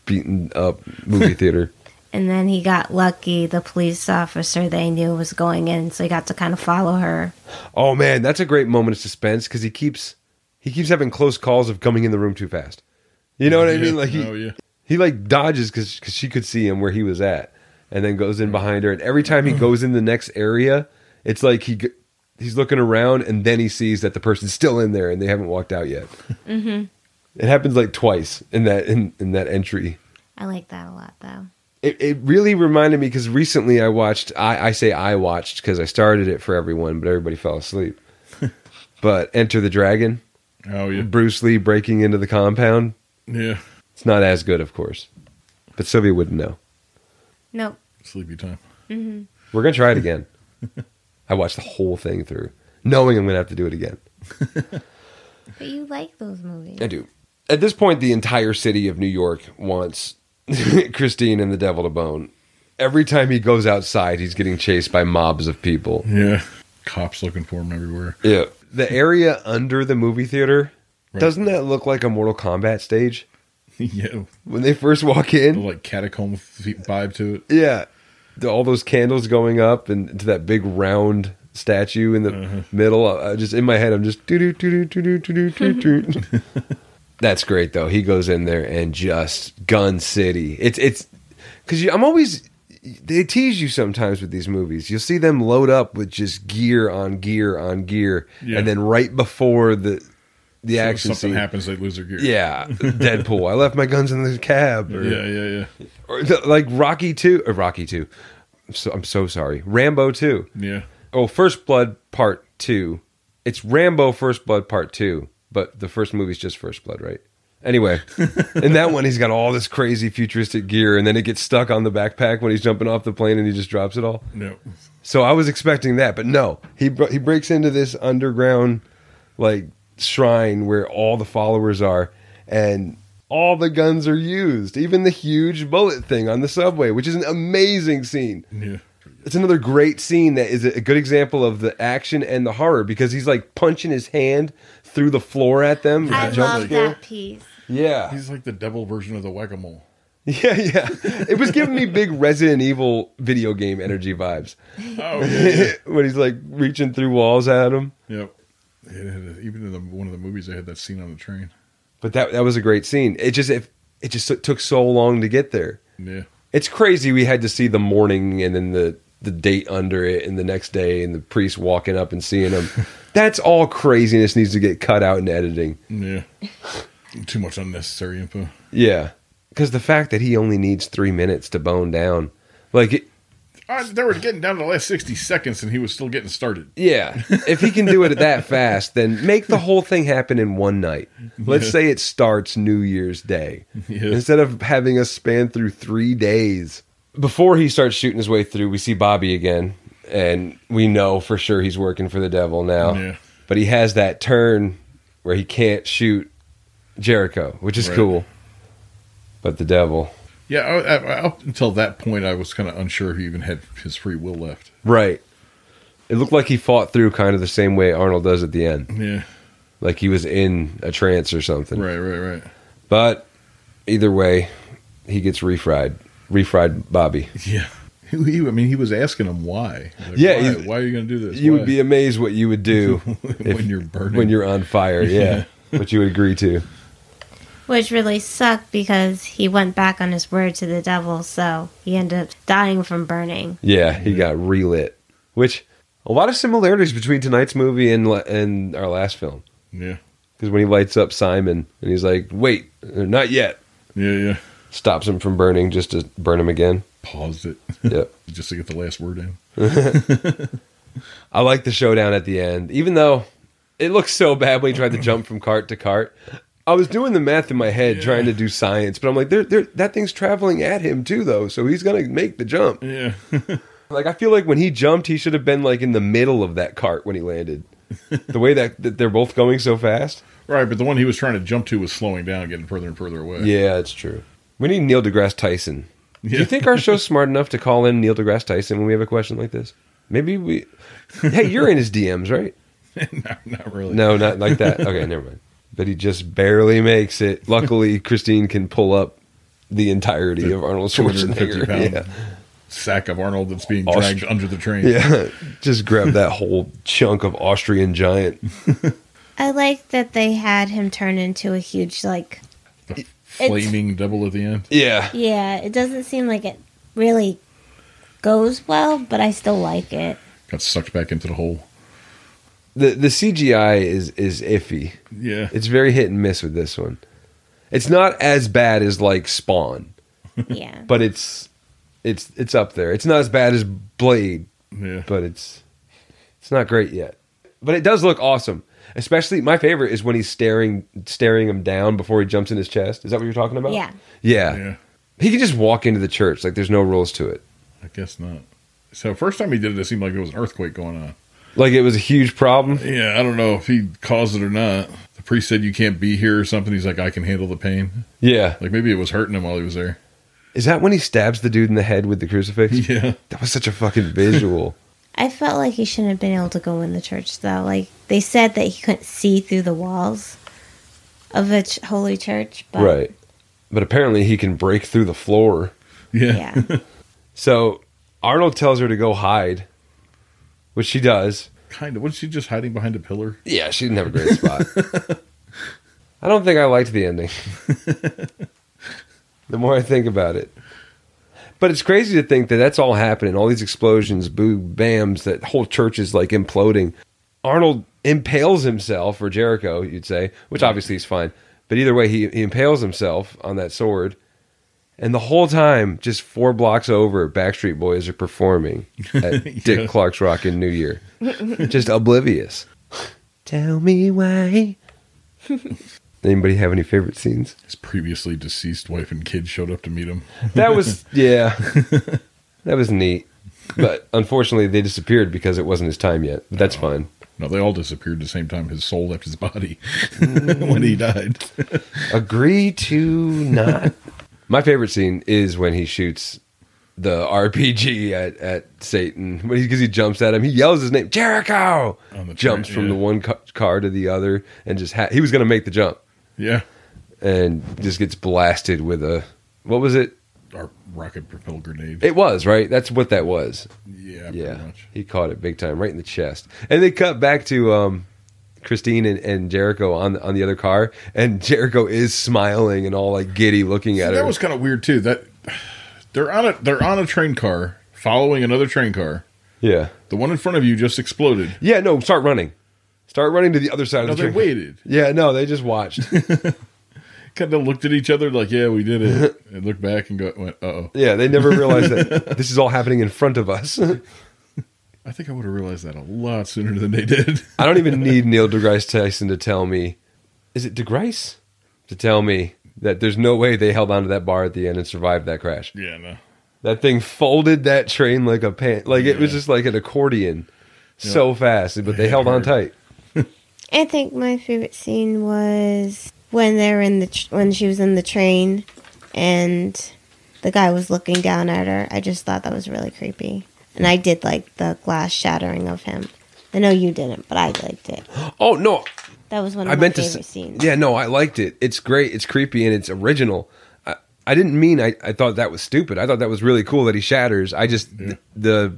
Speaker 3: beaten up movie theater.
Speaker 1: And then he got lucky. The police officer they knew was going in, so he got to kind of follow her.
Speaker 3: oh man, that's a great moment of suspense because he keeps he keeps having close calls of coming in the room too fast. You know what I
Speaker 2: Yeah.
Speaker 3: mean? Like he
Speaker 2: oh yeah,
Speaker 3: he like dodges because she could see him where he was at, and then goes in behind her. And every time he goes in the next area, it's like he. g- He's looking around and then he sees that the person's still in there and they haven't walked out yet. It happens like twice in that in, in that entry.
Speaker 1: I like that a lot, though.
Speaker 3: it, it really reminded me because recently I watched I, I say I watched because I started it for everyone, but everybody fell asleep. but Enter the Dragon,
Speaker 2: oh yeah,
Speaker 3: Bruce Lee breaking into the compound.
Speaker 2: yeah.
Speaker 3: It's not as good, of course, but Sylvia wouldn't know.
Speaker 1: Nope.
Speaker 2: Sleepy time.
Speaker 3: We're gonna try it again. I watched the whole thing through, knowing I'm gonna have to do it again.
Speaker 1: But you like those movies.
Speaker 3: I do. At this point, the entire city of New York wants Christine and the Devil to bone. Every time he goes outside, he's getting chased by mobs of people.
Speaker 2: Yeah, cops looking for him everywhere.
Speaker 3: Yeah. The area under the movie theater, doesn't that look like a Mortal Kombat stage
Speaker 2: yeah,
Speaker 3: when they first walk
Speaker 2: the,
Speaker 3: in?
Speaker 2: like catacomb fe- vibe to it.
Speaker 3: Yeah. The- all those candles going up and to that big round statue in the
Speaker 2: Mm-hmm.
Speaker 3: middle. I, I just in my head, I'm just doo doo doo doo doo doo doo doo doo. That's great though. He goes in there and just gun city. It's it's because I'm always they tease you sometimes with these movies. You'll see them load up with just gear on gear on gear,
Speaker 2: Yeah.
Speaker 3: and then right before the the
Speaker 2: So if
Speaker 3: action
Speaker 2: something
Speaker 3: scene,
Speaker 2: happens, they lose their gear.
Speaker 3: yeah, Deadpool. I left my guns in the cab. Or,
Speaker 2: yeah, yeah, yeah,
Speaker 3: or the- like Rocky Two, or Rocky Two. I'm so, I'm so sorry. Rambo Two.
Speaker 2: yeah.
Speaker 3: Oh, First Blood Part Two. It's Rambo First Blood Part Two, but the first movie's just First Blood, right? Anyway, in that one, he's got all this crazy futuristic gear, and then it gets stuck on the backpack when he's jumping off the plane, and he just drops it all.
Speaker 2: No,
Speaker 3: So I was expecting that, but no. He br- he breaks into this underground like shrine where all the followers are and all the guns are used, even the huge bullet thing on the subway, which is an amazing scene.
Speaker 2: yeah.
Speaker 3: It's another great scene that is a good example of the action and the horror because he's like punching his hand through the floor at them. with
Speaker 2: I
Speaker 1: I
Speaker 3: the jump
Speaker 1: love
Speaker 3: scare.
Speaker 1: that piece.
Speaker 3: Yeah.
Speaker 2: He's like the devil version of the whack a mole.
Speaker 3: Yeah, yeah. It was giving me big Resident Evil video game energy vibes
Speaker 2: Oh yeah.
Speaker 3: when he's like reaching through walls at him.
Speaker 2: yep. It had a- even in the, one of the movies, they had that scene on the train.
Speaker 3: But that that was a great scene. It just it, it just took so long to get there.
Speaker 2: Yeah.
Speaker 3: It's crazy. We had to see the morning and then the the date under it, and the next day, and the priest walking up and seeing him. That's all craziness needs to get cut out in editing.
Speaker 2: Yeah. Too much unnecessary info.
Speaker 3: Yeah, because the fact that he only needs three minutes to bone down, like it,
Speaker 2: Uh, they were getting down to the last 60 seconds and he was still getting started.
Speaker 3: Yeah. If he can do it that fast, then make the whole thing happen in one night. Let's say it starts New Year's Day
Speaker 2: Yeah.
Speaker 3: instead of having us span through three days. Before he starts shooting his way through, we see Bobby again, and we know for sure he's working for the devil now.
Speaker 2: Yeah.
Speaker 3: But he has that turn where he can't shoot Jericho, which is
Speaker 2: Right.
Speaker 3: cool. But the devil.
Speaker 2: Yeah, I, I, up until that point, I was kind of unsure if he even had his free will left.
Speaker 3: Right. It looked like he fought through kind of the same way Arnold does at the end.
Speaker 2: Yeah,
Speaker 3: Like he was in a trance or something.
Speaker 2: right, right, right.
Speaker 3: But either way, he gets refried. Refried Bobby.
Speaker 2: Yeah. He, he- I mean, he was asking him why. Like,
Speaker 3: Yeah,
Speaker 2: why,
Speaker 3: he's-
Speaker 2: why are you going to do this?
Speaker 3: You
Speaker 2: Why?
Speaker 3: would be amazed what you would do
Speaker 2: When you're burning.
Speaker 3: when you're on fire. Yeah, what you would agree to.
Speaker 1: Which really sucked because he went back on his word to the devil, so he ended up dying from burning.
Speaker 3: Yeah, he got relit, which a lot of similarities between tonight's movie and la- and our last film.
Speaker 2: Yeah,
Speaker 3: Because when he lights up Simon and he's like, "Wait, uh, not yet,"
Speaker 2: yeah, yeah.
Speaker 3: stops him from burning just to burn him again.
Speaker 2: Paused it
Speaker 3: Yep.
Speaker 2: just to get the last word in.
Speaker 3: I like the showdown at the end, even though it looks so bad when he tried to jump from cart to cart. I was doing the math in my head, trying to do science, but I'm like, there, there, that thing's traveling at him too, though, so he's gonna make the jump.
Speaker 2: Yeah.
Speaker 3: Like, I feel like when he jumped, he should have been like in the middle of that cart when he landed. the way that, that they're both going so fast.
Speaker 2: right, but the one he was trying to jump to was slowing down, getting further and further away.
Speaker 3: Yeah, it's true. We need Neil deGrasse Tyson. Do
Speaker 2: Yeah.
Speaker 3: you think our show's smart enough to call in Neil deGrasse Tyson when we have a question like this? Maybe we. Hey, you're in his DMs, right?
Speaker 2: no, not really.
Speaker 3: No, not like that. Okay, never mind. But he just barely makes it. Luckily, Christine can pull up the entirety of Arnold
Speaker 2: 250
Speaker 3: Schwarzenegger.
Speaker 2: pound
Speaker 3: Yeah.
Speaker 2: sack of Arnold that's being
Speaker 3: Aust-
Speaker 2: dragged under the train.
Speaker 3: Yeah. Just grab that whole chunk of Austrian giant.
Speaker 1: I like that they had him turn into a huge, like,
Speaker 2: The flaming devil at the end.
Speaker 3: Yeah.
Speaker 1: yeah, it doesn't seem like it really goes well, but I still like it.
Speaker 2: Got sucked back into the hole.
Speaker 3: The the CGI is is iffy.
Speaker 2: Yeah.
Speaker 3: It's very hit and miss with this one. It's not as bad as like Spawn,
Speaker 1: Yeah.
Speaker 3: but it's it's it's up there. It's not as bad as Blade,
Speaker 2: yeah.
Speaker 3: but it's it's not great yet. But it does look awesome. Especially my favorite is when he's staring staring him down before he jumps in his chest. Is that what you're talking about?
Speaker 1: Yeah.
Speaker 3: Yeah.
Speaker 2: yeah.
Speaker 3: He can just walk into the church like there's no rules to it.
Speaker 2: I guess not. So first time he did it, it seemed like there was an earthquake going on.
Speaker 3: Like it was a huge problem.
Speaker 2: Yeah, I don't know if he caused it or not. The priest said you can't be here or something. He's like, I can handle the pain.
Speaker 3: Yeah.
Speaker 2: Like maybe it was hurting him while he was there.
Speaker 3: Is that when he stabs the dude in the head with the crucifix?
Speaker 2: Yeah,
Speaker 3: That was such a fucking visual.
Speaker 1: I felt like he shouldn't have been able to go in the church, though. Like, they said that he couldn't see through the walls of a ch- holy church, but.
Speaker 3: right. But apparently he can break through the floor.
Speaker 2: yeah,
Speaker 1: Yeah.
Speaker 3: So Arnold tells her to go hide, which she does.
Speaker 2: kind of. Wasn't she just hiding behind a pillar?
Speaker 3: Yeah, she didn't have a great spot. I don't think I liked the ending. the more I think about it. But it's crazy to think that that's all happening. All these explosions, boo, bams, that whole church is like imploding. Arnold impales himself, or Jericho, you'd say, which obviously is fine. But either way, he, he impales himself on that sword. And the whole time, just four blocks over, Backstreet Boys are performing at
Speaker 2: Yeah.
Speaker 3: Dick Clark's Rockin' New Year. just oblivious. Tell me why. Anybody have any favorite scenes?
Speaker 2: His previously deceased wife and kids showed up to meet him.
Speaker 3: That was yeah. That was neat. But unfortunately they disappeared because it wasn't his time yet. But that's fine.
Speaker 2: No, they all disappeared at the same time. His soul left his body when
Speaker 3: Mm.
Speaker 2: he died.
Speaker 3: Agree to not. My favorite scene is when he shoots the RPG at, at Satan when he because he jumps at him. He yells his name, Jericho.
Speaker 2: On the
Speaker 3: Jumps
Speaker 2: train,
Speaker 3: from
Speaker 2: yeah.
Speaker 3: the one ca- car to the other, and just ha- he was going to make the jump,
Speaker 2: Yeah.
Speaker 3: and just gets blasted with a what was it?
Speaker 2: Our rocket propelled grenade.
Speaker 3: It was right. That's what that was.
Speaker 2: yeah,
Speaker 3: yeah,
Speaker 2: pretty much.
Speaker 3: he caught it big time, right in the chest. And they cut back to um, Christine and, and Jericho on on the other car, and Jericho is smiling and all like giddy, looking at
Speaker 2: See,
Speaker 3: her.
Speaker 2: that was kind of weird too. That they're on a they're on a train car following another train car.
Speaker 3: yeah,
Speaker 2: The one in front of you just exploded.
Speaker 3: yeah. No, start running, start running to the other side
Speaker 2: No,
Speaker 3: of the
Speaker 2: they
Speaker 3: train.
Speaker 2: waited.
Speaker 3: Yeah, no, they just watched.
Speaker 2: Kind of looked at each other like, "Yeah, we did it," and looked back and go, "Went, uh oh."
Speaker 3: yeah, they never realized that this is all happening in front of us. I
Speaker 2: I think I would have realized that a lot sooner than they did.
Speaker 3: don't even need Neil deGrasse Tyson to tell me. Is it DeGrasse to tell me that there's no way they held onto that bar at the end and survived that crash?
Speaker 2: yeah, no.
Speaker 3: That thing folded that train like a pan, like it was
Speaker 2: Yeah.
Speaker 3: just like an accordion, so fast. But they held on tight.
Speaker 1: I think my favorite scene was when they were in the tr- when she was in the train, and the guy was looking down at her. I just thought that was really creepy, and I did like the glass shattering of him. I know you didn't, but I liked it.
Speaker 3: Oh no,
Speaker 1: That was one of
Speaker 3: I
Speaker 1: my
Speaker 3: meant to.
Speaker 1: favorite
Speaker 3: s-
Speaker 1: scenes.
Speaker 3: Yeah, no, I liked it. It's great. It's creepy and it's original. I, I didn't mean I, I thought that was stupid. I thought that was really cool that he shatters. I just th- the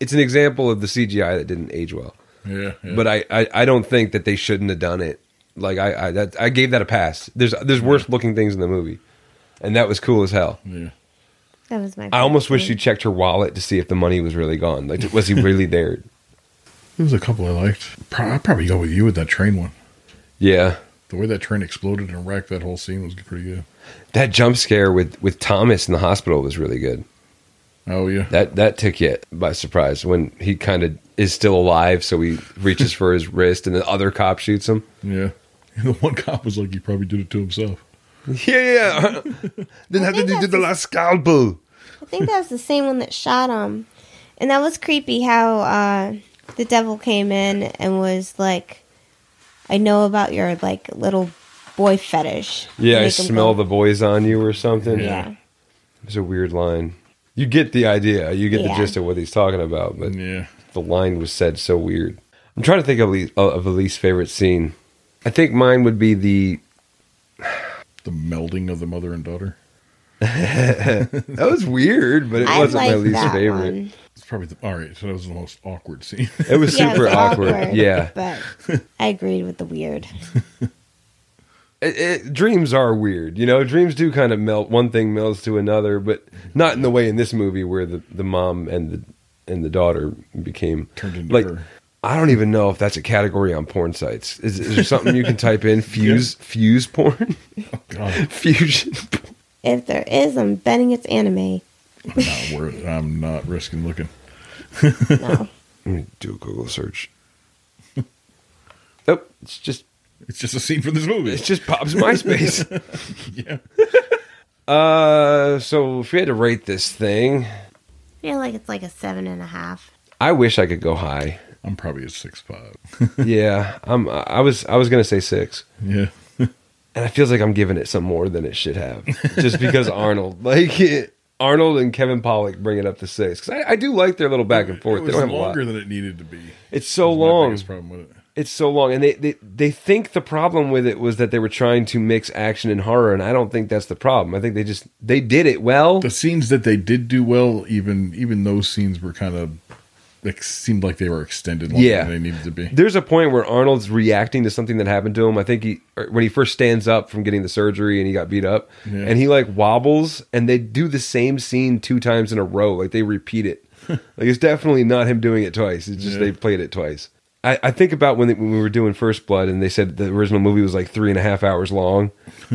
Speaker 3: it's an example of the CGI that didn't age well.
Speaker 2: Yeah, yeah.
Speaker 3: But I, I I don't think that they shouldn't have done it. Like I I, that, I gave that a pass. There's there's worse looking things in the movie, and that was cool as hell.
Speaker 2: yeah,
Speaker 1: That was my.
Speaker 3: I almost
Speaker 1: favorite
Speaker 3: wish she
Speaker 1: scene.
Speaker 3: checked her wallet to see if the money was really gone. Like was he really there?
Speaker 2: there's a couple I liked. Pro- I'd probably go with you with that train one.
Speaker 3: Yeah.
Speaker 2: The way that train exploded and wrecked that whole scene was pretty good.
Speaker 3: That jump scare with, with Thomas in the hospital was really good.
Speaker 2: Oh yeah,
Speaker 3: That that took you by surprise when he kind of is still alive, so he reaches for his wrist, and the other cop shoots him.
Speaker 2: yeah. And the one cop was like, "He probably did it to himself."
Speaker 3: Yeah, yeah. then how
Speaker 1: think
Speaker 3: did you do
Speaker 1: that's a-
Speaker 3: the last scalpel?
Speaker 1: I think that was the same one that shot him, and that was creepy. How uh, the devil came in and was like, "I know about your like little boy fetish."
Speaker 3: Yeah, I
Speaker 1: Make him
Speaker 3: smell
Speaker 1: go-
Speaker 3: the boys on you or something.
Speaker 1: Yeah.
Speaker 3: it was a weird line. You get the idea. You get the
Speaker 1: Yeah.
Speaker 3: gist of what he's talking about, but
Speaker 2: Yeah,
Speaker 3: the line was said so weird. I'm trying to think of least, of the least favorite scene. I think mine would be the
Speaker 2: the melding of the mother and daughter.
Speaker 3: that was weird, but it
Speaker 1: I
Speaker 3: wasn't
Speaker 1: like
Speaker 3: my least
Speaker 1: that
Speaker 3: favorite.
Speaker 1: one.
Speaker 2: It's probably the, all right. So that was the most awkward scene.
Speaker 3: It was
Speaker 1: Yeah, it
Speaker 3: super
Speaker 1: was
Speaker 3: awkward. Yeah,
Speaker 1: but I agreed with the weird.
Speaker 3: it, it, dreams are weird. You know, dreams do kind of melt. One thing melts to another, but not in the way in this movie where the, the mom and the and the daughter became
Speaker 2: Turned into
Speaker 3: like.
Speaker 2: her.
Speaker 3: I don't even know if that's a category on porn sites. Is, is there something you can type in? Fuse fuse porn,
Speaker 2: Oh, God,
Speaker 3: fusion. porn?
Speaker 1: If there is, I'm betting it's anime.
Speaker 2: I'm not, worth, I'm not risking looking.
Speaker 1: No,
Speaker 3: Let me do a Google search. Nope, it's just
Speaker 2: It's just a scene from this movie.
Speaker 3: it just pops MySpace.
Speaker 2: yeah.
Speaker 3: uh, so if we had to rate this thing,
Speaker 1: I feel like it's like a seven and a half.
Speaker 3: I wish I could go high.
Speaker 2: I'm probably a six five.
Speaker 3: Yeah, I'm. I was. I was gonna say six.
Speaker 2: yeah,
Speaker 3: and it feels like I'm giving it some more than it should have, just because Arnold, like it, Arnold and Kevin Pollock, bring it up to six. Because I, I do like their little back and forth.
Speaker 2: it
Speaker 3: They
Speaker 2: was
Speaker 3: don't have a lot.
Speaker 2: longer than it needed to be.
Speaker 3: It's so
Speaker 2: That's my
Speaker 3: long.
Speaker 2: biggest problem with it.
Speaker 3: It's so long, and they, they they think the problem with it was that they were trying to mix action and horror, and I don't think that's the problem. I think they just they did it well.
Speaker 2: The scenes that they did do well, even even those scenes were kind of like seemed like they were extended longer
Speaker 3: Yeah.
Speaker 2: than they needed to be.
Speaker 3: There's a point where Arnold's reacting to something that happened to him. I think he or when he first stands up from getting the surgery and he got beat up,
Speaker 2: Yeah.
Speaker 3: and he like wobbles, and they do the same scene two times in a row. Like they repeat it. like it's definitely not him doing it twice. It's just
Speaker 2: Yeah.
Speaker 3: they played it twice. I, I think about when, they, when we were doing First Blood, and they said the original movie was like three and a half hours long,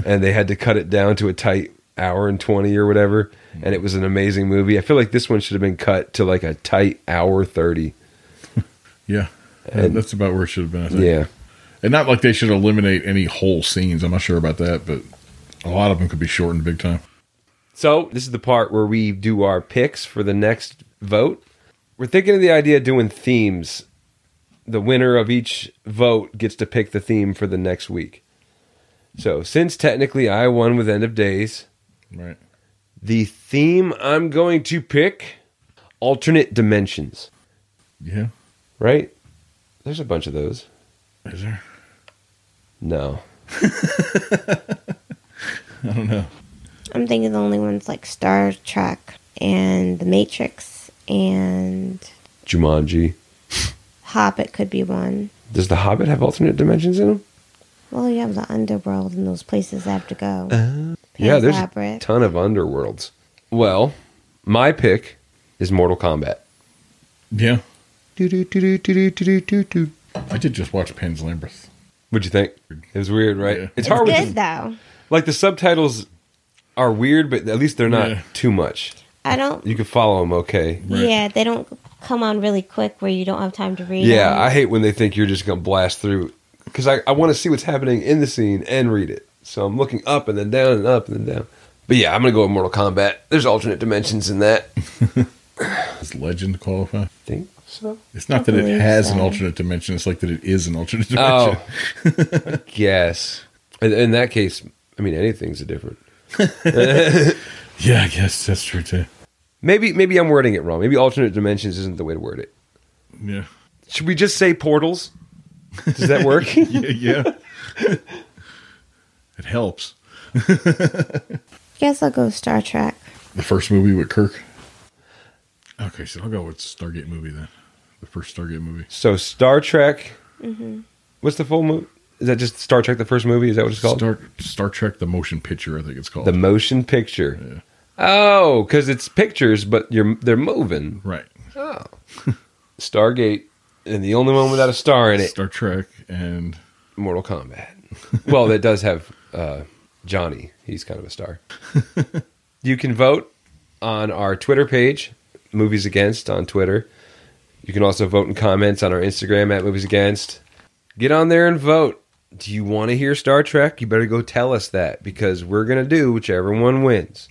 Speaker 3: and they had to cut it down to a tight hour and twenty or whatever. And it was an amazing movie. I feel like this one should have been cut to like a tight hour thirty.
Speaker 2: Yeah,
Speaker 3: And-
Speaker 2: that's about where it should have been. I think.
Speaker 3: Yeah.
Speaker 2: and not like they should eliminate any whole scenes. I'm not sure about that, but a lot of them could be shortened big time.
Speaker 3: So this is the part where we do our picks for the next vote. We're thinking of the idea of doing themes. The winner of each vote gets to pick the theme for the next week. So since technically I won with End of Days,
Speaker 2: Right.
Speaker 3: The theme I'm going to pick alternate dimensions,
Speaker 2: Yeah.
Speaker 3: right? There's a bunch of those.
Speaker 2: Is there?
Speaker 3: No.
Speaker 1: I'm thinking the only ones like Star Trek and The Matrix and
Speaker 3: Jumanji.
Speaker 1: Hobbit could be one.
Speaker 3: Does The Hobbit have alternate dimensions in them?
Speaker 1: Well, you have the underworld and those places that have to go.
Speaker 3: Uh-huh. Yeah, there's a
Speaker 1: Elaborate.
Speaker 3: ton of underworlds. Well, my pick is Mortal Kombat.
Speaker 2: Yeah.
Speaker 3: Do-do-do-do-do-do-do-do.
Speaker 2: I did just watch Pan's Labyrinth.
Speaker 3: What'd you think? It was weird, right?
Speaker 2: Yeah.
Speaker 3: It's hard
Speaker 1: Good
Speaker 3: with
Speaker 1: though.
Speaker 3: like the subtitles are weird, but at least they're not
Speaker 2: Yeah.
Speaker 3: too much.
Speaker 1: I don't.
Speaker 3: You can follow them okay.
Speaker 2: Right.
Speaker 1: Yeah, they don't come on really quick where you don't have time to read.
Speaker 3: Yeah, I
Speaker 1: them.
Speaker 3: hate when they think you're just gonna blast through because I, I want to see what's happening in the scene and read it. So I'm looking up and then down and up and then down. But yeah, I'm gonna go with Mortal Kombat. There's alternate dimensions in that. I
Speaker 2: Does Legend qualify?
Speaker 3: think so.
Speaker 2: It's not that it
Speaker 1: believe
Speaker 2: has an
Speaker 1: so.
Speaker 2: alternate dimension. It's like that it is an alternate dimension.
Speaker 3: Oh, yes. In, in that case, I mean anything's a different.
Speaker 2: Yeah, I guess that's true too.
Speaker 3: Maybe maybe I'm wording it wrong. Maybe alternate dimensions isn't the way to word it.
Speaker 2: Yeah.
Speaker 3: Should we just say portals? Does that work?
Speaker 2: Yeah. yeah. it helps.
Speaker 1: guess I'll go Star Trek.
Speaker 2: The first movie with Kirk. Okay, so I'll go with Stargate movie then. The first Stargate movie.
Speaker 3: so Star Trek. What's the full movie? Is that just Star Trek the first movie? Is that what it's called?
Speaker 2: Star Star Trek: The Motion Picture, I think it's called.
Speaker 3: the motion picture. Oh, because it's pictures, but you're they're moving.
Speaker 2: right.
Speaker 3: Stargate, and the only one without a star in it,
Speaker 2: Star Trek and
Speaker 3: Mortal Kombat. well, that does have uh, Johnny. He's kind of a star. you can vote on our Twitter page, Movies Against on Twitter. You can also vote in comments on our Instagram at Movies Against. Get on there and vote. Do you want to hear Star Trek? You better go tell us that because we're going to do whichever one wins.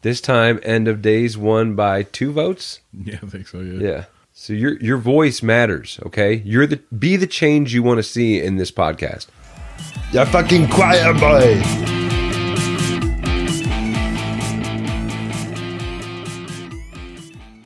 Speaker 3: this time, end of days won by two votes.
Speaker 2: yeah, I think so. Yeah.
Speaker 3: Yeah. So your your voice matters, okay? You're the be the change you want to see in this podcast.
Speaker 6: You're fucking quiet, boy.